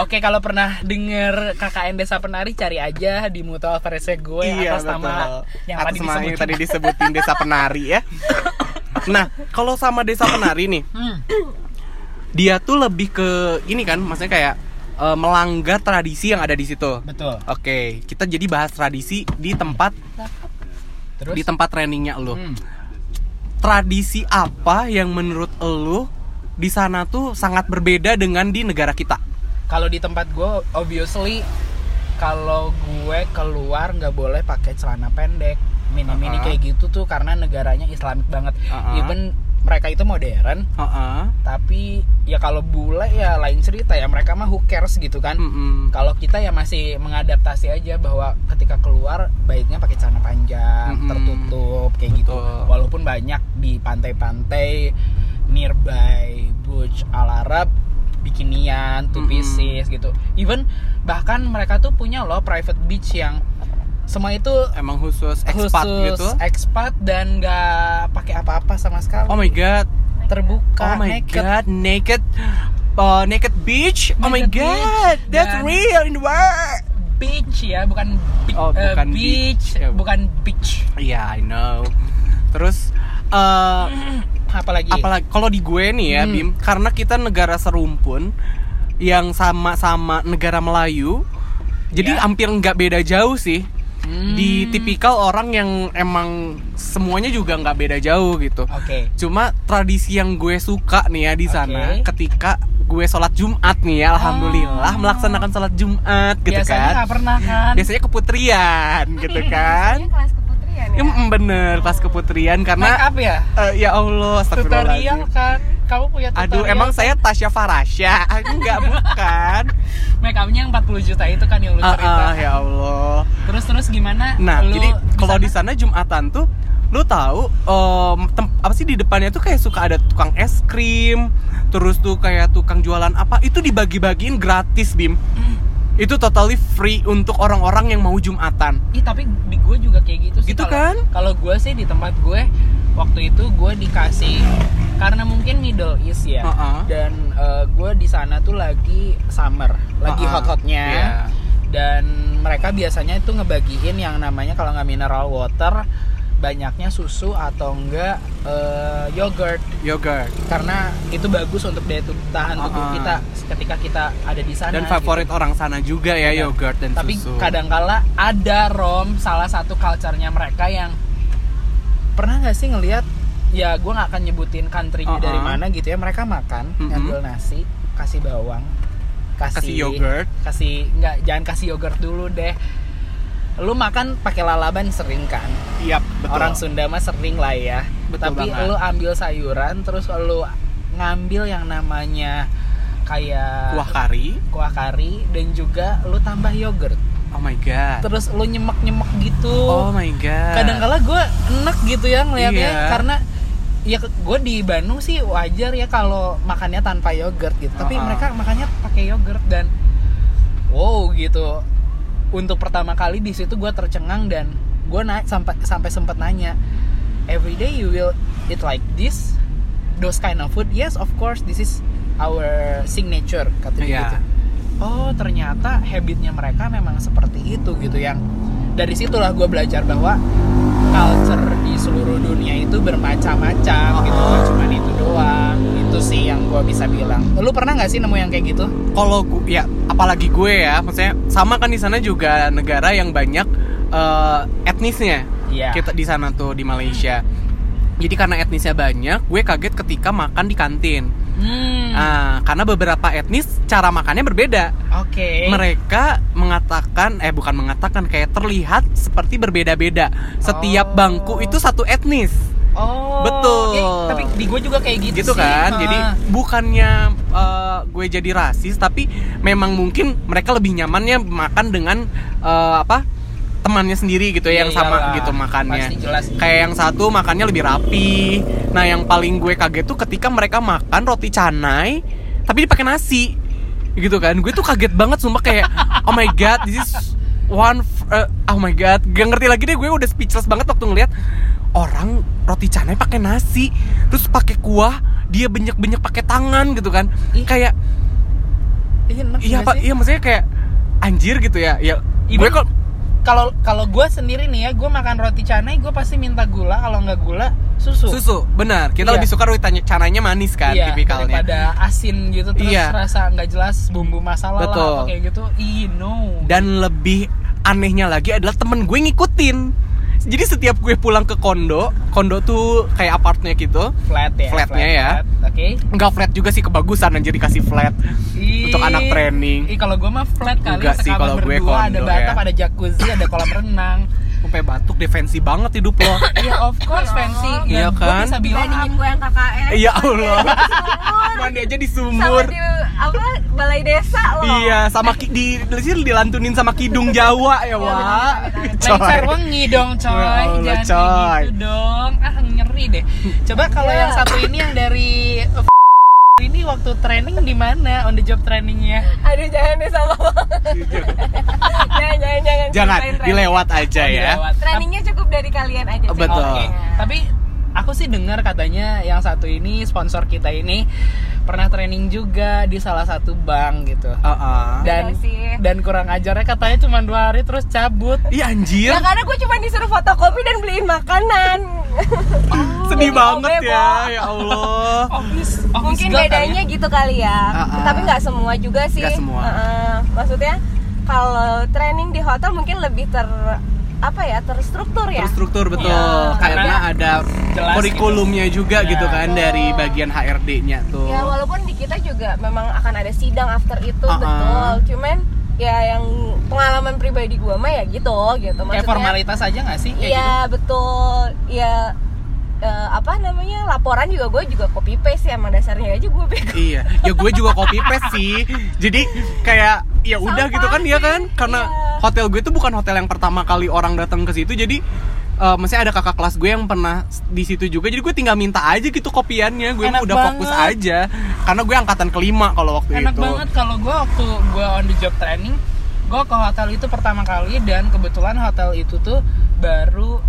Speaker 2: oke kalau pernah denger KKN Desa Penari cari aja di mutual versi gue atas nama yang
Speaker 1: Iya, atas
Speaker 2: tadi
Speaker 1: nama yang
Speaker 2: disebutin.
Speaker 1: tadi disebutin desa penari ya nah kalau sama desa penari nih
Speaker 2: Hmm.
Speaker 1: dia tuh lebih ke ini kan maksudnya kayak eh, melanggar tradisi yang ada di situ
Speaker 2: Betul.
Speaker 1: Oke, kita jadi bahas tradisi di tempat
Speaker 2: Terus
Speaker 1: di tempat trainingnya lo.
Speaker 2: Hmm.
Speaker 1: Tradisi apa yang menurut lo di sana tuh sangat berbeda dengan di negara kita?
Speaker 2: kalau di tempat gue obviously kalau gue keluar nggak boleh pakai celana pendek mini-mini
Speaker 1: Uh-uh.
Speaker 2: kayak gitu tuh karena negaranya islamik banget
Speaker 1: Uh-uh.
Speaker 2: even mereka itu modern
Speaker 1: Heeh.
Speaker 2: tapi ya kalau bule ya lain cerita ya mereka mah who cares gitu kan
Speaker 1: Mm-mm.
Speaker 2: kalau kita ya masih mengadaptasi aja bahwa ketika keluar baiknya pakai celana panjang
Speaker 1: Mm-mm.
Speaker 2: tertutup kayak gitu
Speaker 1: Mm-hmm. Betul.
Speaker 2: walaupun banyak di pantai-pantai nearby Burj Al Arab bikinian two
Speaker 1: Mm-mm.
Speaker 2: pieces gitu even bahkan mereka tuh punya loh private beach yang semua itu
Speaker 1: Emang khusus expat
Speaker 2: khusus
Speaker 1: gitu?
Speaker 2: expat dan nggak pakai apa-apa sama sekali
Speaker 1: Oh my god.
Speaker 2: terbuka
Speaker 1: Oh my
Speaker 2: naked
Speaker 1: god, naked uh, naked beach. oh my
Speaker 2: Naked
Speaker 1: god,
Speaker 2: beach.
Speaker 1: that's
Speaker 2: Dan-
Speaker 1: real in the world.
Speaker 2: beach ya bukan bi-
Speaker 1: Oh,
Speaker 2: eh,
Speaker 1: bukan
Speaker 2: beach,
Speaker 1: beach, ya.
Speaker 2: bukan beach
Speaker 1: Iya, I know. Terus eh
Speaker 2: apalagi
Speaker 1: apalagi kalau di gue nih ya
Speaker 2: Hmm.
Speaker 1: Bim karena kita negara serumpun yang sama-sama negara Melayu jadi
Speaker 2: Ya.
Speaker 1: hampir nggak beda jauh sih
Speaker 2: Hmm.
Speaker 1: di tipikal orang yang emang semuanya juga nggak beda jauh gitu
Speaker 2: oke
Speaker 1: cuma tradisi yang gue suka nih ya di sana
Speaker 2: Oke.
Speaker 1: ketika gue sholat Jumat nih ya alhamdulillah
Speaker 2: Ah.
Speaker 1: melaksanakan sholat Jumat gitu
Speaker 2: biasanya
Speaker 1: kan
Speaker 2: nggak pernah kan
Speaker 1: biasanya keputrian gitu kan
Speaker 3: Ini kelas keputrian ya.
Speaker 1: Em, bener pas keputrian
Speaker 2: make
Speaker 1: karena
Speaker 2: up ya
Speaker 1: eh, ya Allah astagfirullahaladzim.
Speaker 2: tutorial kan kamu punya tutorial
Speaker 1: Aduh, emang saya Tasya Farasya? Enggak, bukan.
Speaker 2: make upnya yang 40 juta itu kan yang lu
Speaker 1: Ah,
Speaker 2: cerita
Speaker 1: ah, ya Allah.
Speaker 2: terus terus gimana
Speaker 1: Nah,
Speaker 2: lu
Speaker 1: jadi kalau di
Speaker 2: sana-
Speaker 1: sana Jumatan tuh lu tahu em, tem- apa sih di depannya tuh kayak suka ada tukang es krim, terus tuh kayak tukang jualan apa, itu dibagi-bagiin gratis, Bim.
Speaker 2: Hmm.
Speaker 1: Itu totally free untuk orang-orang yang mau Jumatan.
Speaker 2: Ih, tapi di gue juga kayak gitu sih
Speaker 1: Gitu
Speaker 2: kalau-
Speaker 1: kan?
Speaker 2: kalau gue sih di tempat gue waktu itu gue dikasih karena mungkin Middle East ya
Speaker 1: Ha-ha.
Speaker 2: dan eh, gue di sana tuh lagi summer lagi
Speaker 1: Ha-ha.
Speaker 2: hot-hotnya
Speaker 1: Iya.
Speaker 2: dan mereka biasanya itu ngebagiin yang namanya kalau nggak mineral water banyaknya susu atau enggak eh, yogurt
Speaker 1: Yogurt.
Speaker 2: karena itu bagus untuk daya tu- tahan tubuh
Speaker 1: Uh-uh.
Speaker 2: kita ketika kita ada di sana
Speaker 1: Dan
Speaker 2: gitu.
Speaker 1: favorit orang sana juga ya
Speaker 2: Iya.
Speaker 1: yogurt dan
Speaker 2: tapi
Speaker 1: susu.
Speaker 2: kadangkala ada rom salah satu culture-nya mereka yang pernah nggak sih ngelihat ya gue nggak akan nyebutin country
Speaker 1: Uh-uh.
Speaker 2: dari mana gitu ya mereka makan
Speaker 1: Mm-mm.
Speaker 2: ngambil nasi kasih bawang kasih,
Speaker 1: Mm-hmm. kasih yogurt.
Speaker 2: kasih nggak jangan kasih yogurt dulu deh lu makan pakai lalaban sering kan
Speaker 1: Iya, betul.
Speaker 2: orang Sunda mah sering lah ya
Speaker 1: Betul
Speaker 2: tapi
Speaker 1: banget.
Speaker 2: lu ambil sayuran terus lu ngambil yang namanya kayak
Speaker 1: kuah kari.
Speaker 2: kuah kari dan juga lu tambah yogurt
Speaker 1: Oh my god.
Speaker 2: terus lu nyemek nyemek gitu
Speaker 1: Oh my god.
Speaker 2: kadang-kala gue enak gitu ya ngelihatnya
Speaker 1: Iya.
Speaker 2: karena ya gue di Bandung sih wajar ya kalau makannya tanpa yogurt gitu tapi
Speaker 1: Uh-uh.
Speaker 2: mereka makannya pakai yogurt dan wow gitu untuk pertama kali di situ gue tercengang dan gue naik sampai sampai sempat nanya every day you will eat like this those kind of food yes of course this is our signature kata dia
Speaker 1: Iya.
Speaker 2: gitu oh ternyata habitnya mereka memang seperti itu gitu yang dari situlah gue belajar bahwa culture di seluruh dunia itu bermacam-macam gitu
Speaker 1: Oh.
Speaker 2: Gak cuman itu doang itu sih yang gue bisa bilang lu pernah nggak sih nemu yang kayak gitu
Speaker 1: kalau gue ya apalagi gue ya maksudnya sama kan di sana juga negara yang banyak eh, etnisnya
Speaker 2: Iya.
Speaker 1: kita di sana tuh di Malaysia jadi karena etnisnya banyak gue kaget ketika makan di kantin
Speaker 2: Hmm.
Speaker 1: Ah, karena beberapa etnis cara makannya berbeda.
Speaker 2: Oke.
Speaker 1: Mereka mengatakan eh bukan mengatakan kayak terlihat seperti berbeda-beda. Setiap
Speaker 2: Oh.
Speaker 1: bangku itu satu etnis.
Speaker 2: Oh.
Speaker 1: Betul.
Speaker 2: ya, tapi di gue juga kayak gitu.
Speaker 1: Gitu
Speaker 2: sih.
Speaker 1: kan.
Speaker 2: Ah.
Speaker 1: Jadi bukannya eh, gue jadi rasis tapi memang mungkin mereka lebih nyamannya makan dengan eh, apa? temannya sendiri gitu
Speaker 2: Iya,
Speaker 1: yang sama
Speaker 2: iyalah.
Speaker 1: gitu makannya.
Speaker 2: Pasti jelas.
Speaker 1: Kayak yang satu makannya lebih rapi. Nah, yang paling gue kaget tuh ketika mereka makan roti canai tapi dipakai nasi. Gitu kan. Gue tuh kaget banget sumpah kayak oh my god, this is one f- eh, oh my god. Gak ngerti lagi deh gue udah speechless banget waktu ngeliat orang roti canai pakai nasi, terus pakai kuah, dia benyak-benyak pakai tangan gitu kan.
Speaker 2: Ih.
Speaker 1: Kayak
Speaker 2: Iya, enak
Speaker 1: iya
Speaker 2: nggak
Speaker 1: Pak,
Speaker 2: sih?
Speaker 1: iya maksudnya kayak anjir gitu ya. Ya
Speaker 2: Even-
Speaker 1: gue kok
Speaker 2: Kalau kalau gue sendiri nih ya, gue makan roti canai, gue pasti minta gula. Kalau nggak gula, susu.
Speaker 1: susu benar kita
Speaker 2: Iya.
Speaker 1: lebih suka roti tanya- canainya manis kan
Speaker 2: iya,
Speaker 1: tipikalnya
Speaker 2: daripada asin gitu terus
Speaker 1: Iya.
Speaker 2: rasa nggak jelas bumbu masalah
Speaker 1: Betul.
Speaker 2: lah atau kayak gitu. Ih, no.
Speaker 1: dan lebih anehnya lagi adalah temen gue ngikutin jadi setiap gue pulang ke kondo kondo tuh kayak apartnya gitu
Speaker 2: flat ya.
Speaker 1: Flatnya ya.
Speaker 2: flat, Oke.
Speaker 1: nggak flat juga sih kebagusan anjir dikasih flat
Speaker 2: Ih.
Speaker 1: Untuk anak training.
Speaker 2: Ih, kalau gue mah flat kali
Speaker 1: Enggak sih,
Speaker 2: sekamar
Speaker 1: kalau gue
Speaker 2: berdua, ada
Speaker 1: kondo
Speaker 2: batap,
Speaker 1: ya.
Speaker 2: ada jacuzzi, ada kolam renang.
Speaker 1: sampai batuk defensi banget hidup lo
Speaker 2: Iya, of course fancy. Dan
Speaker 1: Iya
Speaker 2: gua
Speaker 1: kan?
Speaker 2: bisa bilang
Speaker 3: Dibandingin gue yang KKN
Speaker 1: ya Allah
Speaker 3: Sumur.
Speaker 1: mandi aja di
Speaker 3: Sama
Speaker 1: sumur
Speaker 3: di apa balai desa loh
Speaker 1: iya sama ki- di, di dilantunin sama kidung Jawa ya
Speaker 3: Iya,
Speaker 1: wah
Speaker 2: Lencer wengi dong coy,
Speaker 1: Ya Allah,
Speaker 2: jangan
Speaker 1: coy.
Speaker 2: kayak gitu dong. Ah ngeri deh. Coba kalau
Speaker 3: Iya.
Speaker 2: yang satu ini yang dari eh, ini waktu training di mana on the job trainingnya?
Speaker 3: Aduh jangan deh sama Jangan jangan jangan
Speaker 1: jangan
Speaker 3: ceritain training.
Speaker 1: dilewat aja ya
Speaker 2: Dilewat.
Speaker 3: Trainingnya cukup dari kalian aja sih.
Speaker 1: Betul.
Speaker 2: Oke. Tapi aku sih dengar katanya yang satu ini sponsor kita ini pernah training juga di salah satu bank gitu.
Speaker 1: Heeh.
Speaker 2: Dan
Speaker 3: Oh, Iya sih.
Speaker 2: dan kurang ajarnya katanya cuma dua hari terus cabut.
Speaker 1: Iya anjir,
Speaker 3: Ya karena gue cuma disuruh fotokopi dan beliin makanan
Speaker 1: sedih
Speaker 3: jadi
Speaker 1: banget
Speaker 3: obebo.
Speaker 1: ya, ya Allah.
Speaker 2: Office,
Speaker 1: Oh,
Speaker 2: office
Speaker 3: Mungkin
Speaker 2: girl kali
Speaker 3: bedanya
Speaker 2: ya.
Speaker 3: gitu kali ya
Speaker 1: Ah, ah.
Speaker 3: Tapi nggak semua juga sih
Speaker 1: Nggak semua.
Speaker 3: Ah, ah. Maksudnya kalau training di hotel mungkin lebih ter apa ya terstruktur ya
Speaker 1: Terstruktur betul,
Speaker 2: Iya.
Speaker 1: karena ada
Speaker 2: Jelas
Speaker 1: kurikulumnya juga
Speaker 2: Nah.
Speaker 1: gitu kan dari bagian HRD-nya tuh.
Speaker 2: Iya,
Speaker 3: Ya walaupun di kita juga memang akan ada sidang after itu
Speaker 1: Uh-uh.
Speaker 3: betul. Cuman ya yang pengalaman pribadi gua mah ya gitu gitu maksudnya.
Speaker 2: kayak formalitas aja nggak sih? Kayak gitu.
Speaker 3: Iya
Speaker 1: gitu.
Speaker 3: betul. Iya eh, apa namanya laporan juga gue juga copy paste ya emang dasarnya aja gue bego.
Speaker 1: Iya, ya gue juga copy paste sih. Jadi kayak ya udah
Speaker 3: Sampah
Speaker 1: gitu kan ya
Speaker 3: sih.
Speaker 1: kan, karena
Speaker 3: Iya.
Speaker 1: hotel gue itu bukan hotel yang pertama kali orang datang ke situ. Jadi eh maksudnya ada kakak kelas gue yang pernah di situ juga. Jadi gue tinggal minta aja gitu kopiannya. Gue
Speaker 2: Enak
Speaker 1: udah fokus
Speaker 2: banget.
Speaker 1: aja, karena gue angkatan kelima kalau waktu
Speaker 2: enak
Speaker 1: itu.
Speaker 2: banget kalau gue waktu gue on the job training gue ke hotel itu pertama kali dan kebetulan hotel itu tuh baru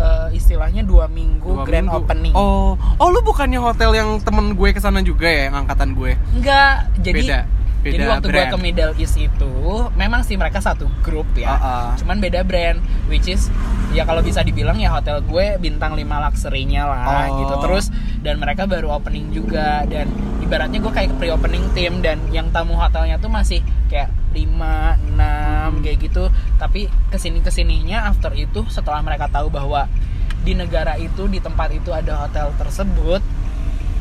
Speaker 2: eh, istilahnya dua minggu
Speaker 1: Dua
Speaker 2: grand
Speaker 1: minggu.
Speaker 2: opening
Speaker 1: Oh, oh lu bukannya hotel yang temen gue kesana juga ya, yang angkatan gue?
Speaker 2: enggak jadi
Speaker 1: Beda, beda
Speaker 2: jadi waktu gue
Speaker 1: brand.
Speaker 2: ke Middle East itu memang sih mereka satu grup ya
Speaker 1: Ah, ah.
Speaker 2: cuman beda brand which is ya kalau bisa dibilang ya hotel gue bintang 5 luxury-nya lah
Speaker 1: Oh.
Speaker 2: gitu terus dan mereka baru opening juga dan ibaratnya gue kayak pre opening team dan yang tamu hotelnya tuh masih kayak 5 6
Speaker 1: Hmm.
Speaker 2: kayak gitu tapi kesini kesininya after itu setelah mereka tahu bahwa di negara itu di tempat itu ada hotel tersebut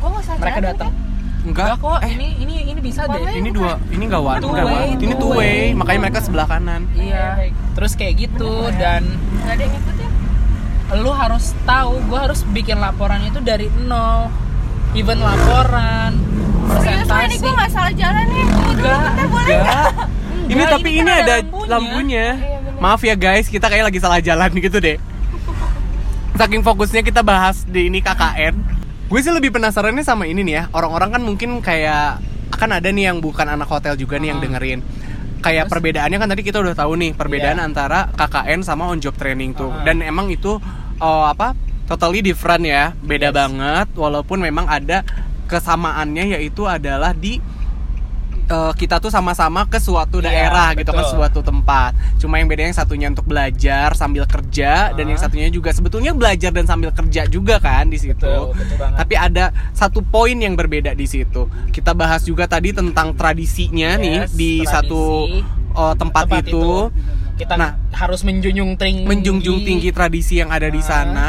Speaker 3: Gue nggak usah
Speaker 2: mereka
Speaker 3: jalan,
Speaker 2: datang
Speaker 3: kan?
Speaker 1: Enggak,
Speaker 2: enggak kok
Speaker 1: Eh.
Speaker 2: ini ini ini bisa deh
Speaker 3: Boleh.
Speaker 1: ini dua, ini enggak one,
Speaker 2: Two
Speaker 1: enggak
Speaker 2: way,
Speaker 1: one. Ini
Speaker 2: two
Speaker 1: two way,
Speaker 2: way.
Speaker 1: makanya mereka sebelah kanan.
Speaker 2: iya terus kayak gitu
Speaker 3: Bener, ya.
Speaker 2: dan
Speaker 3: Nggak ada yang ya? ngikutin.
Speaker 2: lu harus tahu gue harus bikin laporan itu dari nol even laporan
Speaker 3: Serius lah Oh, iya, ini
Speaker 2: presentasi
Speaker 3: gue nggak salah jalan nih. Tunggu dulu
Speaker 2: Enggak,
Speaker 3: bentar boleh nggak?
Speaker 1: Ini
Speaker 2: Enggak,
Speaker 1: tapi
Speaker 2: ini
Speaker 1: ini
Speaker 2: kan
Speaker 1: ada
Speaker 2: ada
Speaker 1: lampunya.
Speaker 2: lampunya.
Speaker 3: Iya, bener.
Speaker 1: Maaf ya guys, kita kayak lagi salah jalan gitu deh. Saking fokusnya kita bahas di ini KKN. Gue sih lebih penasarannya sama ini nih ya. Orang-orang kan mungkin kayak akan ada nih yang bukan anak hotel juga nih yang
Speaker 2: Hmm.
Speaker 1: dengerin. Kayak
Speaker 2: Terus?
Speaker 1: perbedaannya kan tadi kita udah tahu nih perbedaan
Speaker 2: Iya.
Speaker 1: antara KKN sama on job training tuh.
Speaker 2: Hmm.
Speaker 1: Dan emang itu eh, apa? Totally different ya. Beda
Speaker 2: Yes.
Speaker 1: banget walaupun memang ada kesamaannya yaitu adalah di eh, kita tuh sama-sama ke suatu
Speaker 2: Iya,
Speaker 1: daerah gitu kan
Speaker 2: betul.
Speaker 1: suatu tempat. Cuma yang bedanya yang satunya untuk belajar sambil kerja dan
Speaker 2: Ah.
Speaker 1: yang satunya juga sebetulnya belajar dan sambil kerja juga kan di situ.
Speaker 2: Betul, betul banget.
Speaker 1: Tapi ada satu poin yang berbeda di situ. Kita bahas juga tadi tentang
Speaker 2: Yes,
Speaker 1: tradisinya nih di
Speaker 2: tradisi.
Speaker 1: satu eh, tempat, itu
Speaker 2: kita
Speaker 1: Nah.
Speaker 2: harus menjunjung tinggi
Speaker 1: menjunjung tinggi tradisi yang ada di
Speaker 2: Ah.
Speaker 1: sana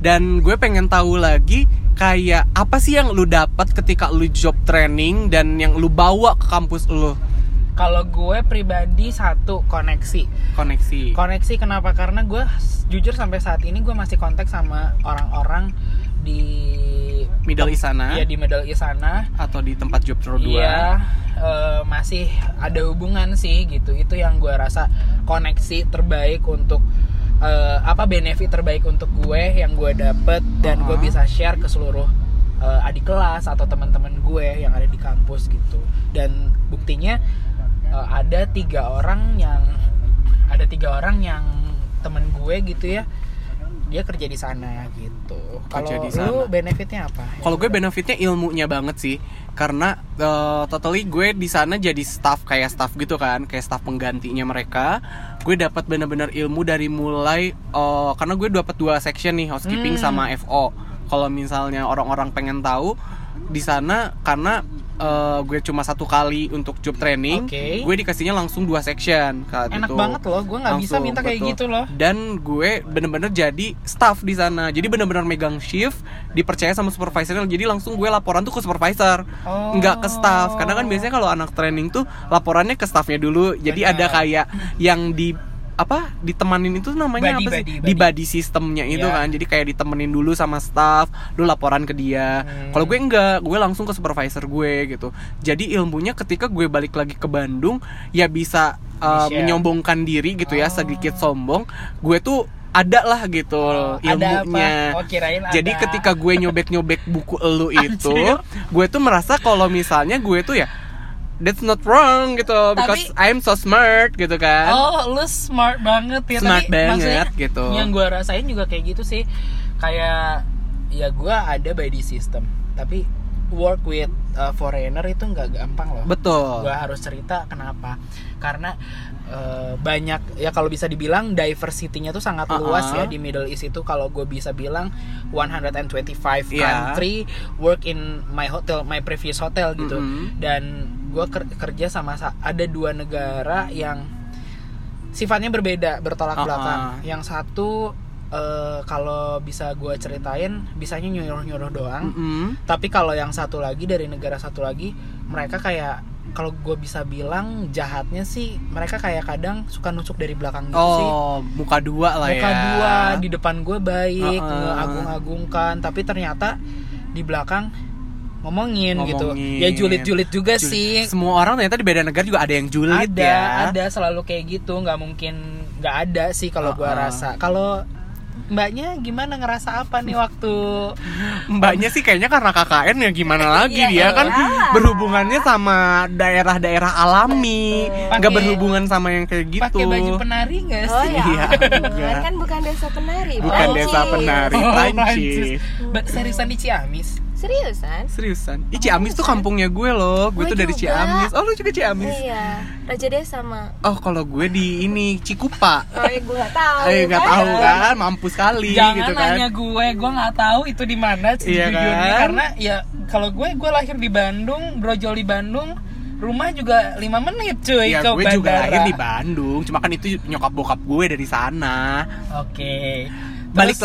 Speaker 1: dan gue pengen tahu lagi kayak apa sih yang lu dapat ketika lu job training dan yang lu bawa ke kampus lu
Speaker 2: Kalau gue pribadi satu koneksi.
Speaker 1: koneksi
Speaker 2: Koneksi kenapa? Karena gue s- jujur sampai saat ini gue masih kontak sama orang-orang di
Speaker 1: Middle East sana
Speaker 2: Iya di Middle East sana.
Speaker 1: atau di tempat job tour 2
Speaker 2: Iya, eh, masih ada hubungan sih gitu. Itu yang gue rasa koneksi terbaik untuk eh, apa benefit terbaik untuk gue yang gue dapet dan gue
Speaker 1: Uh-huh.
Speaker 2: bisa share ke seluruh eh, adik kelas atau teman-teman gue yang ada di kampus gitu. Dan buktinya eh, ada tiga orang yang ada tiga orang yang temen gue gitu ya dia kerja di sana gitu.
Speaker 1: Kerja
Speaker 2: Kalau
Speaker 1: di sana.
Speaker 2: lu benefitnya apa?
Speaker 1: Kalau gue benefitnya ilmunya banget sih, karena eh, totally gue di sana jadi staff kayak staff gitu kan, kayak staff penggantinya mereka. Gue dapat bener-bener ilmu dari mulai eh, karena gue dapat dua section nih housekeeping
Speaker 2: Hmm.
Speaker 1: sama FO. Kalau misalnya orang-orang pengen tahu di sana karena eh, gue cuma satu kali untuk job training,
Speaker 2: Oke.
Speaker 1: gue dikasihnya langsung dua section. kayak
Speaker 2: enak
Speaker 1: gitu.
Speaker 2: banget loh gue nggak bisa
Speaker 1: Langsung,
Speaker 2: minta kayak
Speaker 1: betul.
Speaker 2: gitu loh
Speaker 1: Dan gue bener-bener jadi staff di sana. Jadi bener-bener megang shift, dipercaya sama supervisornya. Jadi langsung gue laporan tuh ke supervisor,
Speaker 2: Oh.
Speaker 1: nggak ke staff. Karena kan biasanya kalau anak training tuh laporannya ke staffnya dulu. Jadi
Speaker 2: Benar.
Speaker 1: ada kayak yang di apa ditemanin itu namanya
Speaker 2: Buddy,
Speaker 1: apa sih
Speaker 2: buddy,
Speaker 1: di
Speaker 2: buddy.
Speaker 1: buddy sistemnya itu
Speaker 2: Ya.
Speaker 1: kan jadi kayak ditemenin dulu sama staff lu laporan ke dia
Speaker 2: Hmm.
Speaker 1: kalau gue enggak gue langsung ke supervisor gue gitu jadi ilmunya ketika gue balik lagi ke Bandung ya bisa uh,
Speaker 2: Di-share.
Speaker 1: menyombongkan diri gitu ya
Speaker 2: Oh.
Speaker 1: sedikit sombong gue tuh ada lah gitu
Speaker 2: Oh, ada
Speaker 1: ilmunya
Speaker 2: apa? Oh, kirain
Speaker 1: jadi
Speaker 2: ada.
Speaker 1: ketika gue nyobek nyobek buku elu itu
Speaker 2: Anjir.
Speaker 1: gue tuh merasa kalau misalnya gue tuh ya that's not wrong gitu because I'm so smart gitu kan
Speaker 2: oh lu smart banget ya Tapi
Speaker 1: Smart banget,
Speaker 2: maksudnya
Speaker 1: gitu.
Speaker 2: yang gue rasain juga kayak gitu sih kayak ya gue ada by the system tapi work with uh, foreigner itu nggak gampang loh
Speaker 1: betul
Speaker 2: gue harus cerita kenapa karena eh, banyak ya kalau bisa dibilang diversity-nya tuh sangat luas ya
Speaker 1: Uh-uh.
Speaker 2: di Middle East itu kalau gue bisa bilang 125
Speaker 1: Iya.
Speaker 2: country work in my hotel my previous hotel gitu
Speaker 1: Mm-mm.
Speaker 2: dan gue kerja sama sa- ada dua negara yang sifatnya berbeda bertolak
Speaker 1: Uh-uh.
Speaker 2: belakang yang satu eh, kalau bisa gue ceritain bisanya nyuruh nyuruh doang
Speaker 1: Mm-mm.
Speaker 2: tapi kalau yang satu lagi dari negara satu lagi mereka kayak kalau gue bisa bilang jahatnya sih mereka kayak kadang suka nusuk dari belakang gitu sih
Speaker 1: oh muka dua lah
Speaker 2: mereka
Speaker 1: ya
Speaker 2: dua di depan gue baik
Speaker 1: Uh-uh.
Speaker 2: agung-agungkan tapi ternyata di belakang ngomongin, gitu
Speaker 1: Ngomongin.
Speaker 2: ya julid-julid juga
Speaker 1: Juli.
Speaker 2: sih
Speaker 1: semua orang ternyata di beda negara juga ada yang julid
Speaker 2: ada
Speaker 1: ya
Speaker 2: ada selalu kayak gitu nggak mungkin nggak ada sih kalau gue
Speaker 1: Uh-uh.
Speaker 2: rasa kalau mbaknya gimana ngerasa apa nih waktu
Speaker 1: Mbaknya sih kayaknya karena KKN ya gimana lagi
Speaker 3: Iya,
Speaker 1: dia kan
Speaker 3: iyalah.
Speaker 1: berhubungannya sama daerah-daerah alami,
Speaker 2: Pakai-
Speaker 1: nggak berhubungan sama yang kayak gitu.
Speaker 2: pakai baju penari nggak
Speaker 3: Oh
Speaker 2: sih
Speaker 3: ya,
Speaker 1: Iya,
Speaker 3: ampun.
Speaker 1: enggak.
Speaker 3: kan bukan desa penari.
Speaker 1: Bukan
Speaker 2: Oh.
Speaker 3: Panci.
Speaker 1: desa penari,
Speaker 2: Oh,
Speaker 1: Prancis.
Speaker 2: Prancis. Ba- Seriusan di Ciamis?
Speaker 3: Seriusan?
Speaker 1: Seriusan. Ih, Ciamis tuh kampungnya gue loh. Gue
Speaker 3: Gue
Speaker 1: tuh dari
Speaker 3: juga.
Speaker 1: Ciamis. Oh, lu juga Ciamis.
Speaker 3: Iya, raja desa sama.
Speaker 1: Oh, kalau gue di ini Cikupa.
Speaker 3: Oh, ya gue gak tahu.
Speaker 1: Eh, nggak
Speaker 3: kan?
Speaker 1: tahu kan, mampus kali
Speaker 2: Jangan
Speaker 1: gitu kan.
Speaker 2: nanya gue, gue nggak tahu itu di mana
Speaker 1: Iya
Speaker 2: sejujurnya
Speaker 1: kan?
Speaker 2: karena ya kalau gue gue lahir di Bandung, brojol di Bandung, rumah juga 5 menit cuy
Speaker 1: Ya,
Speaker 2: ke
Speaker 1: gue juga
Speaker 2: bandara.
Speaker 1: lahir di Bandung. Cuma kan itu nyokap bokap gue dari sana.
Speaker 2: Oke.
Speaker 1: balik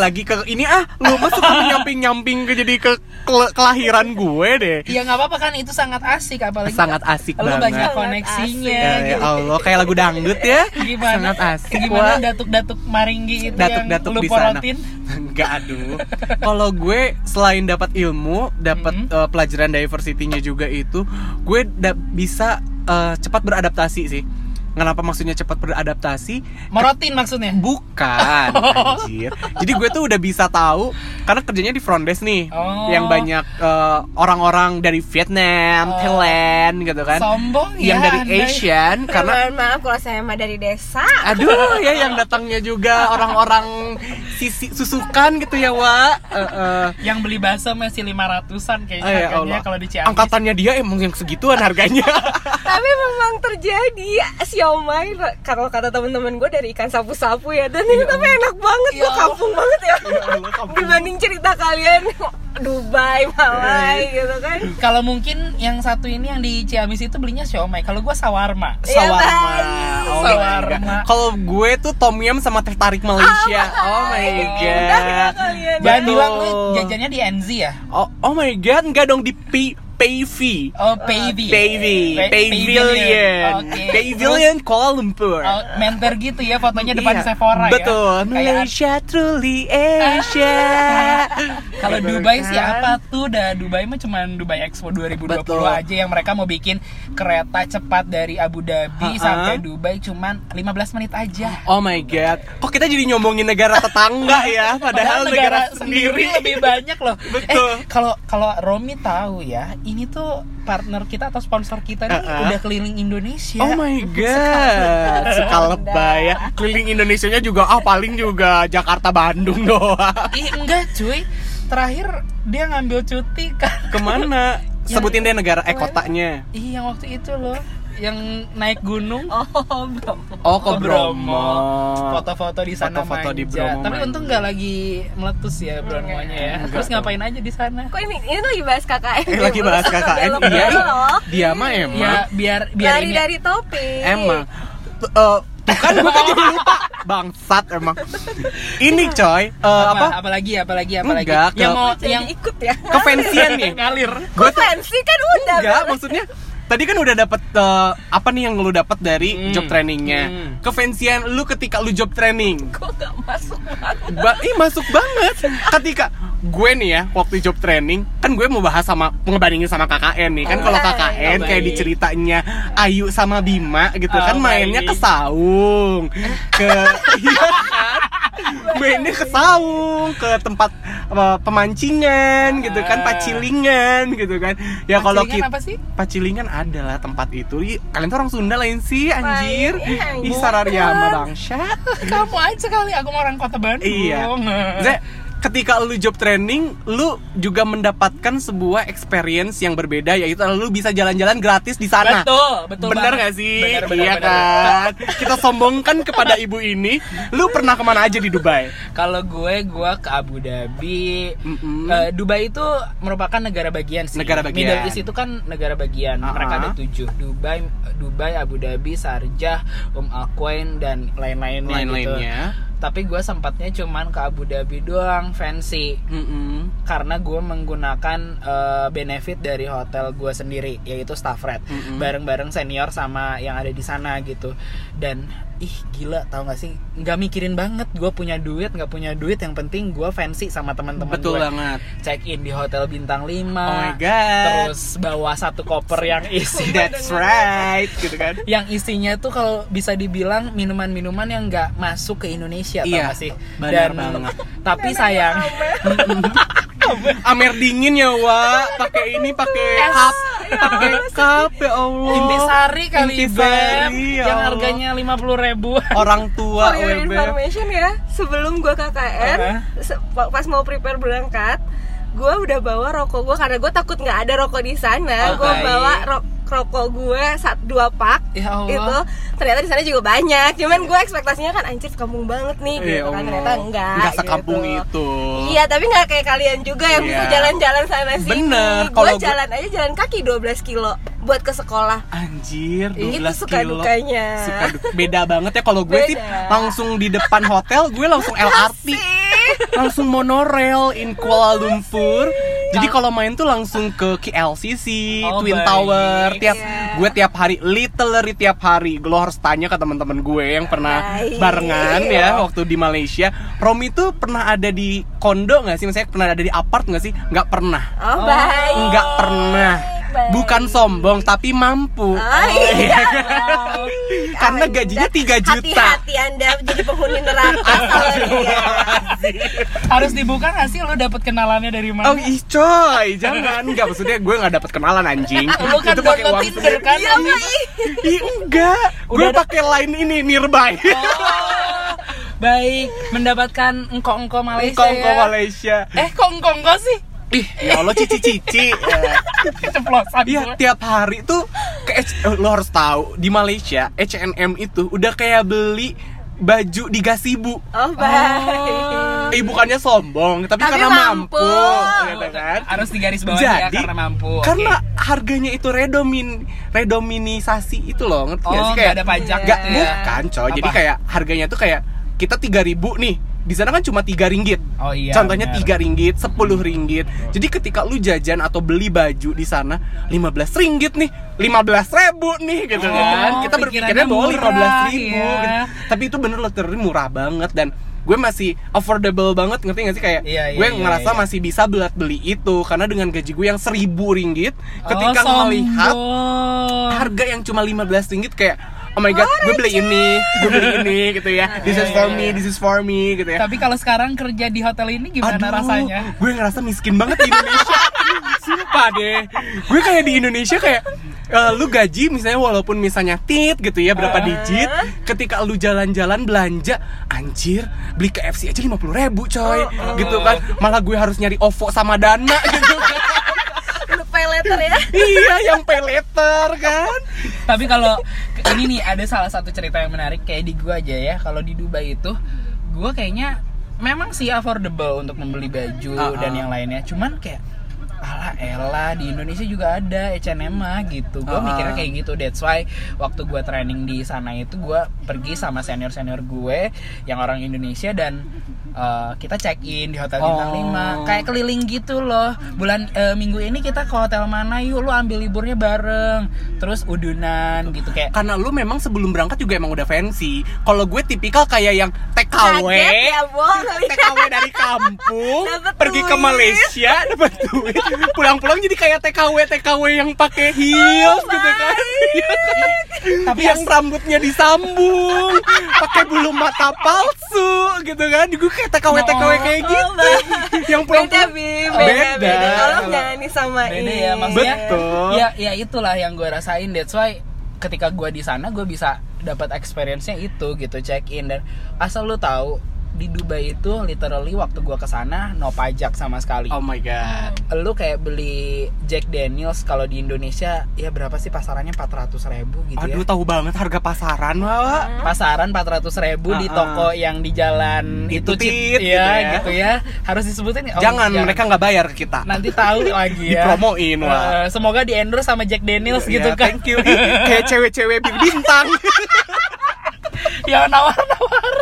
Speaker 2: Terus-
Speaker 1: lagi ke ini ah lu mah suka nyamping nyamping ke jadi ke ke- kelahiran gue deh
Speaker 2: Ya nggak apa-apa kan itu sangat asik apalagi
Speaker 1: sangat asik
Speaker 2: lu banyak
Speaker 1: banget
Speaker 2: koneksinya
Speaker 1: ya, ya
Speaker 2: gitu.
Speaker 1: Allah kayak lagu dangdut ya
Speaker 2: Gimana?
Speaker 1: sangat asik
Speaker 2: Gimana
Speaker 1: Wak.
Speaker 2: datuk-datuk Maringgi itu
Speaker 1: datuk-datuk
Speaker 2: yang lu
Speaker 1: di sana
Speaker 2: porotin?
Speaker 1: enggak aduh kalau gue selain dapat ilmu dapat
Speaker 2: Mm-mm.
Speaker 1: eh, pelajaran diversity-nya juga itu gue da- bisa eh, cepat beradaptasi sih kenapa maksudnya cepat beradaptasi
Speaker 2: Morotin maksudnya?
Speaker 1: Bukan,
Speaker 2: Oh.
Speaker 1: anjir. Jadi gue tuh udah bisa tahu karena kerjanya di front desk nih,
Speaker 2: Oh.
Speaker 1: yang banyak eh, orang-orang dari Vietnam,
Speaker 2: Oh.
Speaker 1: Thailand gitu kan.
Speaker 2: Sombong ya.
Speaker 1: yang dari
Speaker 2: Anda.
Speaker 1: Asian karena
Speaker 3: Mohon maaf kalau saya mah dari desa.
Speaker 1: aduh ya yang datangnya juga orang-orang sisi susukan gitu ya, Wa. Heeh.
Speaker 2: yang beli bakso masih 500-an kayaknya
Speaker 1: Ah, ya
Speaker 2: harganya
Speaker 1: Allah.
Speaker 2: kalau di Ciamis.
Speaker 1: Angkatannya dia emang yang segituan harganya.
Speaker 3: Tapi memang terjadi. Si siomay ra- kalau kata temen-temen gue dari ikan sapu-sapu ya dan
Speaker 1: Iya,
Speaker 3: ini tapi enak banget
Speaker 2: Ya
Speaker 3: kok kampung banget ya
Speaker 1: Allah, Iya, kampung.
Speaker 3: dibanding cerita kalian Dubai
Speaker 1: Iya.
Speaker 3: Malai gitu kan
Speaker 2: Kalau mungkin yang satu ini yang di Ciamis itu belinya siomay. Kalau gua sawarma.
Speaker 3: Iya,
Speaker 1: Sawarma.
Speaker 3: Bang.
Speaker 1: Oh my
Speaker 2: Sawarma.
Speaker 1: God. Kalau gue tuh tom yum sama tertarik Malaysia. Oh my
Speaker 3: Udah ya
Speaker 1: god.
Speaker 3: kalian ya.
Speaker 2: Jangan
Speaker 1: Betul.
Speaker 2: bilang lu jajannya di NZ ya.
Speaker 1: Oh, oh my god, enggak dong di P PV.
Speaker 2: Oh, Pavy.
Speaker 1: Baby,
Speaker 2: Pa-
Speaker 1: Pavilion,
Speaker 2: Oke.
Speaker 1: Pavilion Kuala Lumpur.
Speaker 2: Terus, oh, menter gitu ya fotonya depan
Speaker 1: Iya,
Speaker 2: Sephora ya.
Speaker 1: Betul, Iya.
Speaker 2: Kayak
Speaker 1: Malaysia truly Asia.
Speaker 2: Kalau Dubai sih
Speaker 1: kan?
Speaker 2: apa tuh? Dah Dubai mah cuman Dubai Expo 2020
Speaker 1: Betul.
Speaker 2: aja yang mereka mau bikin kereta cepat dari Abu Dhabi
Speaker 1: Ha-ha.
Speaker 2: sampai Dubai cuman 15 menit aja.
Speaker 1: Oh my god, kok kita jadi nyombongin negara tetangga ya, padahal, negara, sendiri.
Speaker 2: lebih banyak loh.
Speaker 1: Betul.
Speaker 2: Eh, kalau kalau Romi tahu ya, ini tuh partner kita atau sponsor kita nih
Speaker 1: Uh-uh.
Speaker 2: udah keliling Indonesia.
Speaker 1: Oh my god, sekalebaya. ya. Keliling Indonesianya juga ah paling juga Jakarta Bandung doang.
Speaker 2: Ih, enggak cuy. Terakhir dia ngambil cuti kan.
Speaker 1: Kemana?
Speaker 2: Yang-
Speaker 1: Sebutin deh negara eh kotanya.
Speaker 2: Ih, yang waktu itu loh, yang naik gunung.
Speaker 3: oh belum
Speaker 1: Oh,
Speaker 2: ke
Speaker 1: ke Bromo.
Speaker 2: Foto-foto di sana
Speaker 1: Foto-foto di
Speaker 2: manja.
Speaker 1: Bromo
Speaker 2: Tapi
Speaker 1: manja.
Speaker 2: untung nggak lagi meletus ya Bromonya ya.
Speaker 1: Enggak.
Speaker 2: Terus ngapain aja di sana?
Speaker 3: kok ini ini tuh lagi bahas KKN
Speaker 1: Eh, lagi bahas KKN.
Speaker 3: Belum
Speaker 1: Iya,
Speaker 3: dulu loh. Iya.
Speaker 1: dia mah emang.
Speaker 2: Ya biar biar
Speaker 3: lari
Speaker 2: ini
Speaker 3: dari topik
Speaker 1: Emang. T- eh, tuh kan gue kan jadi lupa. Bangsat emang. Ini coy, eh,
Speaker 2: apa,
Speaker 1: apa?
Speaker 2: apalagi apalagi apalagi
Speaker 1: Enggak,
Speaker 2: yang
Speaker 1: ke-
Speaker 2: mau
Speaker 3: Jadi
Speaker 2: yang
Speaker 3: ikut ya
Speaker 1: Kefansian nih.
Speaker 2: ngalir.
Speaker 1: Gue
Speaker 3: gue fancy kan udah
Speaker 1: enggak
Speaker 3: Bel.
Speaker 1: maksudnya tadi kan udah dapet eh, apa nih yang lu dapet dari
Speaker 2: Hmm.
Speaker 1: job trainingnya
Speaker 2: Hmm.
Speaker 1: kefansian lu ketika lu job training
Speaker 3: kok gak masuk banget
Speaker 1: ba ih masuk banget ketika gue nih ya waktu job training kan gue mau bahas sama ngebandingin sama KKN nih kan kalau
Speaker 3: Oh,
Speaker 1: KKN
Speaker 2: baik.
Speaker 1: kayak di ceritanya Ayu sama Bima gitu
Speaker 2: iya, Oh,
Speaker 1: kan mainnya
Speaker 2: baik.
Speaker 1: ke saung ke iya kan mainnya ke saung ke tempat apa, pemancingan gitu kan
Speaker 2: Ah.
Speaker 1: pacilingan gitu kan ya kalau
Speaker 2: Pacilingan
Speaker 1: kita
Speaker 2: apa sih?
Speaker 1: pacilingan adalah tempat itu Ih, kalian tuh orang Sunda lain sih anjir
Speaker 3: Lain, iya,
Speaker 1: ih sarariama bangsat
Speaker 2: Kamu aja sekali aku mau orang kota Bandung.
Speaker 1: Iya. Zek, ketika lu job training, lu juga mendapatkan sebuah experience yang berbeda yaitu lu bisa jalan-jalan gratis di sana.
Speaker 2: Betul, betul.
Speaker 1: Bener
Speaker 2: banget.
Speaker 1: gak sih?
Speaker 2: Bener, bener,
Speaker 1: iya
Speaker 2: bener.
Speaker 1: kan? Kita sombongkan kepada ibu ini, lu pernah kemana aja di Dubai?
Speaker 2: Kalau gue, gue ke Abu Dhabi.
Speaker 1: Mm-mm.
Speaker 2: Eh, Dubai itu merupakan negara bagian sih.
Speaker 1: Negara bagian.
Speaker 2: Middle East itu kan negara bagian.
Speaker 1: Ah,
Speaker 2: Mereka
Speaker 1: ah.
Speaker 2: ada tujuh. Dubai, Dubai, Abu Dhabi, Sarjah, Um Al Quwain dan lain-lainnya. Gitu.
Speaker 1: Lain-lainnya.
Speaker 2: Tapi gue sempatnya cuman ke Abu Dhabi doang, fancy.
Speaker 1: Mm-mm.
Speaker 2: Karena gue menggunakan eh, benefit dari hotel gue sendiri, yaitu staff rate,
Speaker 1: Mm-mm.
Speaker 2: bareng-bareng senior sama yang ada di sana gitu. Dan ih gila, tau gak sih? Nggak mikirin banget, gue punya duit, nggak punya duit, yang penting gue fancy sama teman-teman
Speaker 1: Betul
Speaker 2: gue
Speaker 1: banget.
Speaker 2: check in di hotel bintang 5
Speaker 1: Oh my God.
Speaker 2: terus bawa satu koper yang isi
Speaker 1: That's right, gitu kan?
Speaker 2: yang isinya tuh kalau bisa dibilang minuman-minuman yang nggak masuk ke Indonesia tau
Speaker 1: Iya,
Speaker 2: gak sih
Speaker 1: benar banget.
Speaker 2: tapi sayang
Speaker 1: Amer dingin ya, Wa. Pakai ini, pakai
Speaker 2: Es.
Speaker 1: cup, pakai cup ya Allah.
Speaker 2: intisari kali Beb
Speaker 1: Intisari,
Speaker 2: yang
Speaker 1: ya Allah. Oh.
Speaker 2: harganya Oh, iya, 50.000 ribu
Speaker 1: orang tua
Speaker 3: For your
Speaker 1: WB.
Speaker 3: information ya, sebelum gua KKN,
Speaker 2: Apa?
Speaker 3: se- pa- pas mau prepare berangkat, gua udah bawa rokok gua karena gua takut nggak ada rokok di
Speaker 2: Oh,
Speaker 3: sana. Gua
Speaker 2: baik.
Speaker 3: bawa ro- rokok gue saat dua pak
Speaker 2: Ya Allah.
Speaker 3: itu ternyata di sana juga banyak. Cuman gua ekspektasinya kan anjir kampung banget nih,
Speaker 1: Iya,
Speaker 3: gitu kan
Speaker 1: Allah.
Speaker 3: ternyata enggak.
Speaker 1: Nggak
Speaker 3: gitu.
Speaker 1: sekampung itu.
Speaker 3: Iya, tapi nggak kayak kalian juga yang
Speaker 1: Iya.
Speaker 3: bisa jalan-jalan sana sini.
Speaker 1: Bener,
Speaker 3: Gua
Speaker 1: kalau gua-
Speaker 3: jalan aja jalan kaki 12 kilo buat ke sekolah.
Speaker 1: Anjir, 12
Speaker 3: Itu suka
Speaker 1: kilo.
Speaker 3: dukanya.
Speaker 1: Suka du- beda banget ya kalau gue sih
Speaker 3: Beda.
Speaker 1: langsung di depan hotel, gue langsung LRT,
Speaker 3: Sih.
Speaker 1: langsung monorail in Kuala Lumpur. Jadi kalau main tuh langsung ke KLCC,
Speaker 2: Oh,
Speaker 1: Twin
Speaker 2: baik.
Speaker 1: Tower, tiap
Speaker 3: Iya.
Speaker 1: gue tiap hari, literally tiap hari. Gue harus tanya ke teman-teman gue yang pernah
Speaker 3: Baik. Iya.
Speaker 1: barengan ya waktu di Malaysia. Romi tuh pernah ada di kondo nggak sih? Misalnya pernah ada di apart nggak sih? Nggak pernah.
Speaker 3: Oh, baik.
Speaker 1: Nggak pernah.
Speaker 3: baik.
Speaker 1: Bukan sombong tapi mampu.
Speaker 3: Oh, iya.
Speaker 2: iya.
Speaker 1: Karena
Speaker 2: Oh,
Speaker 1: gajinya 3 juta.
Speaker 3: Hati-hati Anda jadi penghuni neraka ya. kalau dia.
Speaker 2: harus dibuka nggak sih lo dapet kenalannya dari mana
Speaker 1: Oh ih coy, jangan Enggak, maksudnya gue gak dapet kenalan anjing
Speaker 2: lo kan
Speaker 1: Itu
Speaker 2: download
Speaker 1: pakai uang
Speaker 2: Tinder
Speaker 1: sendiri.
Speaker 2: kan
Speaker 3: Iya, Mbak, ih.
Speaker 1: Ih enggak, gue
Speaker 2: Udah ada- Oh,
Speaker 1: pakai line ini, nearby
Speaker 2: baik mendapatkan engkau-engkau Malaysia
Speaker 1: Kongko
Speaker 2: ya.
Speaker 1: Malaysia
Speaker 2: eh kok engkau-engkau sih
Speaker 1: Ih, ya Allah cici-cici Ya.
Speaker 2: keceplosan
Speaker 1: Iya,
Speaker 2: gue.
Speaker 1: tiap hari tuh ke H- eh, lo harus tahu di Malaysia H&M itu udah kayak beli baju di gasibu
Speaker 2: Oh.
Speaker 3: Oh, baik.
Speaker 1: Eh, bukannya sombong, tapi,
Speaker 3: Tapi
Speaker 1: karena mampu,
Speaker 3: mampu.
Speaker 1: gitu kan?
Speaker 2: harus digaris bawah ya
Speaker 1: Jadi,
Speaker 2: karena mampu. oke.
Speaker 1: Karena harganya itu redomin redominisasi itu loh, ngerti gak
Speaker 2: oh
Speaker 1: sih
Speaker 2: nggak
Speaker 1: kayak
Speaker 2: ada pajak
Speaker 1: nggak-
Speaker 2: gitu ya.
Speaker 1: bukan, coy. Jadi
Speaker 2: Apa?
Speaker 1: kayak harganya tuh kayak kita 3000 nih. Di sana kan cuma 3 ringgit.
Speaker 2: Oh iya.
Speaker 1: Contohnya
Speaker 2: benar. Hmm.
Speaker 1: tiga ringgit, 10 ringgit. Jadi ketika lu jajan atau beli baju di sana 15 ringgit nih, 15 ribu nih gitu
Speaker 2: Oh,
Speaker 1: kan. Kita
Speaker 2: pikirannya
Speaker 1: berpikirnya bahwa 15 ribu. gitu.
Speaker 2: murah, iya.
Speaker 1: Tapi itu bener loh ternyata murah banget dan gue masih affordable banget ngerti gak sih kayak
Speaker 2: Iya, iya,
Speaker 1: gue
Speaker 2: iya,
Speaker 1: ngerasa
Speaker 2: iya.
Speaker 1: masih bisa belat beli itu karena dengan gaji gue yang seribu ringgit ketika
Speaker 2: oh,
Speaker 1: melihat
Speaker 2: sombong.
Speaker 1: harga yang cuma 15 ringgit kayak oh my god gue beli ini gue beli ini gitu ya this is
Speaker 2: Iya,
Speaker 1: for
Speaker 2: iya,
Speaker 1: me
Speaker 2: iya.
Speaker 1: this is for me gitu ya
Speaker 2: Tapi kalau sekarang kerja di hotel ini gimana rasanya?
Speaker 1: gue ngerasa miskin banget di Indonesia sumpah deh gue kayak di Indonesia kayak eh, lu gaji misalnya walaupun misalnya tit gitu ya berapa digit ketika lu jalan-jalan belanja anjir beli KFC aja 50 ribu coy gitu kan malah gue harus nyari OVO sama Dana gitu
Speaker 3: Lu pay letter ya.
Speaker 1: iya yang pay later kan
Speaker 2: Tapi kalau ini nih ada salah satu cerita yang menarik kayak di gua aja ya. Kalau di Dubai itu gua kayaknya memang sih affordable untuk membeli baju
Speaker 1: Ah, ah.
Speaker 2: dan yang lainnya. Cuman kayak ala Ella di Indonesia juga ada H&M -ah gitu. Gua
Speaker 1: Ah, ah.
Speaker 2: mikirnya kayak gitu. That's why waktu gua training di sana itu gua pergi sama senior-senior gue yang orang Indonesia dan eh, kita check in di hotel bintang
Speaker 1: Oh.
Speaker 2: 5 kayak keliling gitu loh bulan eh, minggu ini kita ke hotel mana yuk lu ambil liburnya bareng terus udunan gitu kayak
Speaker 1: karena lu memang sebelum berangkat juga emang udah fancy. Kalau gue tipikal kayak yang TKW,
Speaker 3: Kaget ya, Bol.
Speaker 1: TKW dari kampung,
Speaker 3: Dapet
Speaker 1: pergi ke
Speaker 3: duit.
Speaker 1: Malaysia, dapat duit, pulang-pulang jadi kayak TKW TKW yang pakai heels gitu kan.
Speaker 3: Oh,
Speaker 1: Iya kan?
Speaker 2: Tapi
Speaker 1: yang rambutnya disambung, pakai bulu mata palsu gitu kan. Gue kayak TKW TKW kayak
Speaker 3: Oh,
Speaker 1: gitu.
Speaker 3: baik.
Speaker 1: yang
Speaker 3: Beda,
Speaker 1: pulang-pulang
Speaker 3: Bim. Beda,
Speaker 1: Beda.
Speaker 3: beda. Tolong jangan disamain.
Speaker 2: beda ya maksudnya
Speaker 1: Iya. Betul.
Speaker 2: ya ya itulah yang gue rasain that's why ketika gue di sana gue bisa dapat experience-nya itu gitu check in dan asal lu tahu di Dubai itu literally waktu gue kesana no pajak sama sekali
Speaker 1: Oh my god.
Speaker 2: lu kayak beli Jack Daniels kalau di Indonesia ya berapa sih pasarannya 400 ribu gitu ya
Speaker 1: Aduh tahu banget harga pasaran, Wawa.
Speaker 2: pasaran 400.000 ribu di
Speaker 1: Ah, ah.
Speaker 2: toko yang di jalan
Speaker 1: Di
Speaker 2: itu
Speaker 1: Tutit,
Speaker 2: Cit.
Speaker 1: gitu
Speaker 2: ya,
Speaker 1: ya.
Speaker 2: gitu ya harus disebutin oh,
Speaker 1: jangan, mereka nggak bayar ke kita.
Speaker 3: Nah,
Speaker 2: nanti tahu lagi ya
Speaker 1: Dipromoin, Wak.
Speaker 2: Eh, semoga di endorse sama Jack Daniels
Speaker 1: Ya,
Speaker 2: gitu kan
Speaker 1: Thank you. Kayak cewek-cewek bintang
Speaker 2: ya nawar-nawar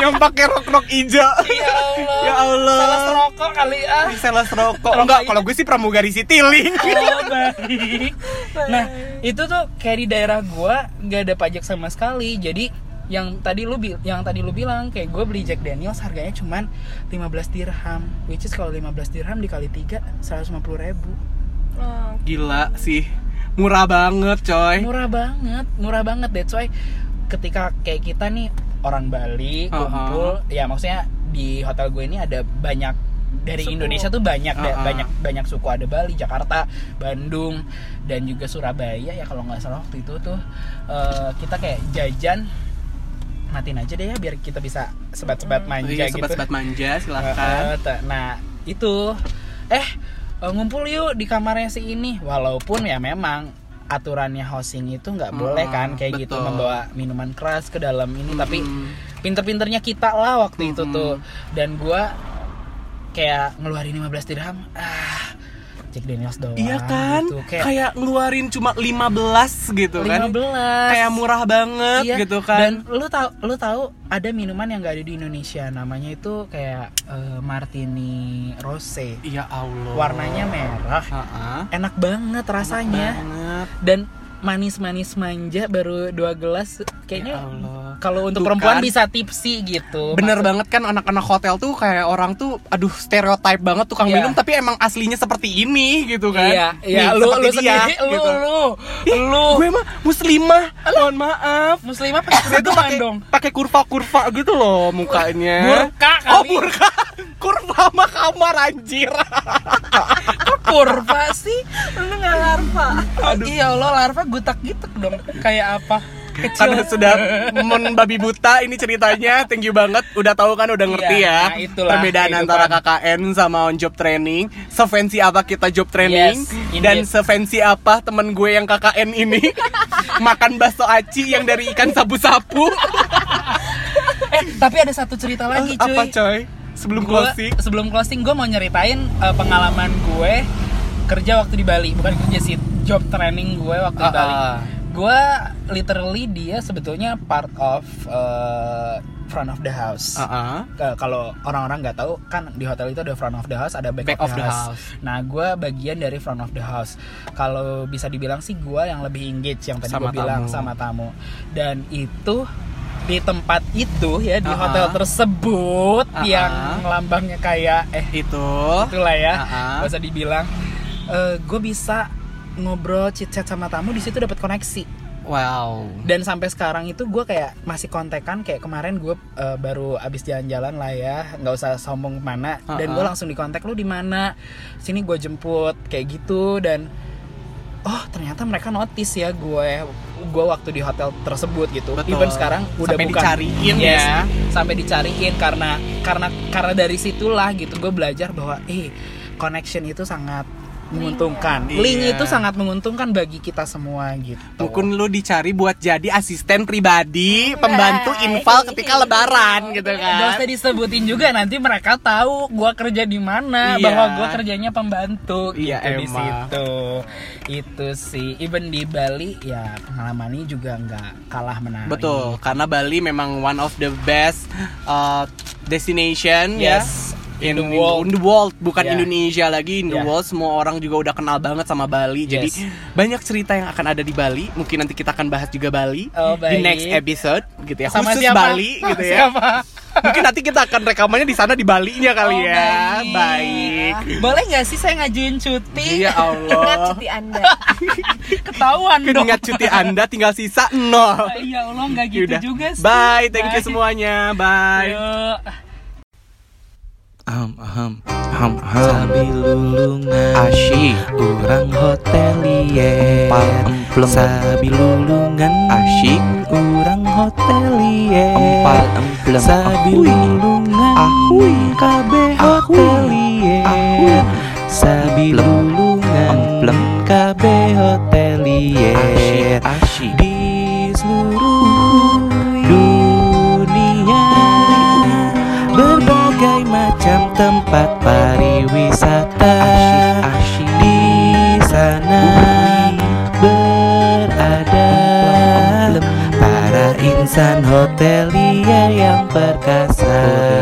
Speaker 1: yang pakai rok-rok hijau.
Speaker 2: ya Allah
Speaker 1: Ya Allah.
Speaker 2: salah serokok kali ah
Speaker 1: Sales rokok. iya.
Speaker 2: Rokok
Speaker 1: Enggak,
Speaker 2: hijau.
Speaker 1: kalau gue sih pramugari Citylink.
Speaker 2: Oh, baik. Nah, itu tuh kayak di daerah gua nggak ada pajak sama sekali. Jadi yang tadi lu bil- yang tadi lu bilang kayak gue beli Jack Daniels harganya cuman 15 dirham which is kalau 15 dirham dikali 3 150 ribu
Speaker 3: Oh,
Speaker 1: Gila sih. Murah banget, coy.
Speaker 2: murah banget murah banget that's why ketika kayak kita nih orang Bali
Speaker 1: Uh-uh.
Speaker 2: kumpul ya maksudnya di hotel gue ini ada banyak dari
Speaker 3: Suku.
Speaker 2: Indonesia tuh banyak da-
Speaker 1: Uh-uh.
Speaker 2: banyak banyak suku ada Bali Jakarta Bandung dan juga Surabaya ya kalau nggak salah waktu itu tuh eh, kita kayak jajan matiin aja deh ya biar kita bisa sebat-sebat manja
Speaker 1: Iya,
Speaker 2: gitu
Speaker 1: sebat-sebat manja,
Speaker 2: Heeh,
Speaker 1: silahkan.
Speaker 2: ta- nah itu eh eh, ngumpul yuk di kamarnya si ini walaupun ya memang aturannya hosting itu nggak
Speaker 1: Hmm,
Speaker 2: boleh kan kayak gitu
Speaker 1: betul. Hmm.
Speaker 2: membawa minuman keras ke dalam ini tapi
Speaker 1: Mm-mm.
Speaker 2: pinter-pinternya kita lah waktu itu
Speaker 1: Mhm.
Speaker 2: tuh dan gua kayak ngeluarin 15 dirham ah cek Daniels doang
Speaker 1: Iya kan?
Speaker 2: gitu. kayak,
Speaker 1: Kayak ngeluarin cuma 15 gitu kan.
Speaker 2: 15
Speaker 1: Kayak murah banget
Speaker 2: Iya,
Speaker 1: gitu
Speaker 2: Dan
Speaker 1: kan.
Speaker 2: lu tahu lu tahu ada minuman yang gak ada di Indonesia namanya itu kayak eh, martini rose.
Speaker 1: Iya Allah.
Speaker 2: Warnanya Iya. merah.
Speaker 1: Heeh.
Speaker 2: Enak banget rasanya
Speaker 1: Banget.
Speaker 2: dan manis-manis manja baru dua gelas
Speaker 1: Ya
Speaker 2: kayaknya
Speaker 1: Allah.
Speaker 2: kalau untuk
Speaker 1: Tuh
Speaker 2: perempuan
Speaker 1: kan.
Speaker 2: bisa tipsi gitu.
Speaker 1: Bener
Speaker 2: Maksud-
Speaker 1: banget kan anak-anak hotel tuh kayak orang tuh aduh stereotype banget tukang
Speaker 2: Iya.
Speaker 1: minum tapi emang aslinya seperti ini gitu kan.
Speaker 2: Iya, iya
Speaker 1: Nih,
Speaker 2: lu
Speaker 1: seperti
Speaker 2: lu
Speaker 1: dia,
Speaker 2: sendiri lu
Speaker 1: gitu.
Speaker 2: lu
Speaker 1: Ih,
Speaker 2: lu
Speaker 1: Gue mah muslimah. Mohon maaf.
Speaker 2: muslimah pakai
Speaker 1: Saya tuh
Speaker 2: kerudungan
Speaker 1: pakai
Speaker 2: dong.
Speaker 1: pakai kurva-kurva gitu loh mukanya.
Speaker 2: Burka kali.
Speaker 1: Oh, burka. Kurva sama kamar anjir.
Speaker 2: Kurva sih.
Speaker 3: Lu nggak larva.
Speaker 2: Iya Allah larva gutak-gitak dong kayak apa?
Speaker 1: karena sudah membabi buta ini ceritanya thank you banget udah tahu kan udah ngerti
Speaker 2: Iya,
Speaker 1: ya
Speaker 2: itulah kan.
Speaker 1: perbedaan
Speaker 2: kehidupan.
Speaker 1: antara KKN sama on job training sefancy apa kita job training
Speaker 2: Yes, indeed.
Speaker 1: dan sefancy apa temen gue yang KKN ini makan bakso aci yang dari ikan sabu-sabu
Speaker 2: Eh, tapi ada satu cerita lagi, cuy.
Speaker 1: apa coy sebelum
Speaker 2: Gua-
Speaker 1: closing
Speaker 2: sebelum closing gue mau nyeritain uh, pengalaman gue kerja waktu di Bali, bukan kerja sih, job training gue waktu di
Speaker 1: Hmm. Ah,
Speaker 2: Bali.
Speaker 1: ah.
Speaker 2: Gue literally dia sebetulnya part of uh, front of the house.
Speaker 1: Ah, ah.
Speaker 2: Ke- Eh, kalau orang-orang nggak tahu kan di hotel itu ada front of the house ada back, of, the house. Nah, gue bagian dari front of the house. Kalau bisa dibilang sih gue yang lebih engage yang tadi
Speaker 1: Sama
Speaker 2: gue bilang
Speaker 1: tamu.
Speaker 2: sama tamu. Dan itu di tempat itu ya di
Speaker 1: Aha.
Speaker 2: hotel tersebut
Speaker 1: Aha.
Speaker 2: yang lambangnya kayak eh
Speaker 1: itu
Speaker 2: itulah ya
Speaker 1: Aha.
Speaker 2: nggak usah dibilang gue bisa ngobrol chit chat sama tamu di situ dapat koneksi
Speaker 1: wow
Speaker 2: dan sampai sekarang itu gue kayak masih kontekan kayak kemarin gue eh, baru abis jalan-jalan lah ya nggak usah sombong kemana dan gue
Speaker 1: Uh-uh.
Speaker 2: langsung dikontak lu di mana sini gue jemput kayak gitu dan oh ternyata mereka notice ya gue gue waktu di hotel tersebut gitu
Speaker 1: Betul.
Speaker 2: even sekarang udah
Speaker 1: Sampai
Speaker 2: bukan
Speaker 1: dicariin
Speaker 2: Iya,
Speaker 1: ya.
Speaker 2: sampai dicariin karena karena karena dari situlah gitu gue belajar bahwa eh connection itu sangat menguntungkan
Speaker 1: Iya.
Speaker 2: link itu sangat menguntungkan bagi kita semua gitu
Speaker 1: Mungkin lu dicari buat jadi asisten pribadi, pembantu
Speaker 3: Hai.
Speaker 1: infal ketika lebaran gitu
Speaker 2: Gak
Speaker 1: kan.
Speaker 2: usah disebutin juga nanti mereka tahu gua kerja di mana
Speaker 1: Iya.
Speaker 2: bahwa gua kerjanya pembantu
Speaker 1: Iya,
Speaker 2: gitu di
Speaker 1: emang.
Speaker 2: situ. Itu sih even di Bali ya pengalaman ini juga nggak kalah menarik.
Speaker 1: Betul, karena Bali memang one of the best uh, destination ya.
Speaker 2: Yes.
Speaker 1: In,
Speaker 2: the world.
Speaker 1: in the world, bukan
Speaker 2: Yeah.
Speaker 1: Indonesia lagi, in the
Speaker 2: Yeah.
Speaker 1: world semua orang juga udah kenal banget sama Bali. Jadi
Speaker 2: Yes.
Speaker 1: banyak cerita yang akan ada di Bali. Mungkin nanti kita akan bahas juga Bali
Speaker 2: Oh, baik.
Speaker 1: di next episode gitu ya.
Speaker 2: Sama
Speaker 1: Khusus
Speaker 2: siapa?
Speaker 1: Bali
Speaker 2: Sama
Speaker 1: gitu ya.
Speaker 2: siapa?
Speaker 1: Mungkin nanti kita akan rekamannya di sana di Balinya kali
Speaker 2: Oh,
Speaker 1: ya.
Speaker 2: baik.
Speaker 1: Baik.
Speaker 2: Boleh nggak sih saya ngajuin cuti?
Speaker 1: Ya
Speaker 3: Ingat
Speaker 1: Allah.
Speaker 3: cuti Anda.
Speaker 2: Ketahuan dong.
Speaker 1: Keringat Kan cuti Anda tinggal sisa nol.
Speaker 2: Ya Allah nggak gitu
Speaker 1: Yaudah.
Speaker 2: juga sih.
Speaker 1: Bye, thank you
Speaker 2: Bye.
Speaker 1: semuanya. Bye.
Speaker 2: Yuk.
Speaker 4: Aham, aham,
Speaker 1: Ham
Speaker 4: sabi lulungan,
Speaker 1: Asyik
Speaker 4: orang hotelier,
Speaker 1: Empal, emplem.
Speaker 4: sabi lulungan,
Speaker 1: Asyik.
Speaker 4: orang hotelier,
Speaker 1: Empal, emplem.
Speaker 4: sabi
Speaker 1: Ahui.
Speaker 4: lulungan,
Speaker 1: Ahui.
Speaker 4: kabe
Speaker 1: Ahui. Ahui.
Speaker 4: hotelier, sabi
Speaker 1: Emplem.
Speaker 4: lulungan,
Speaker 1: Emplem.
Speaker 4: kabe hotelier,
Speaker 1: Asyik
Speaker 4: di seluruh dunia berbagai macam tempat pariwisata di sana berada para insan hotelia yang perkasa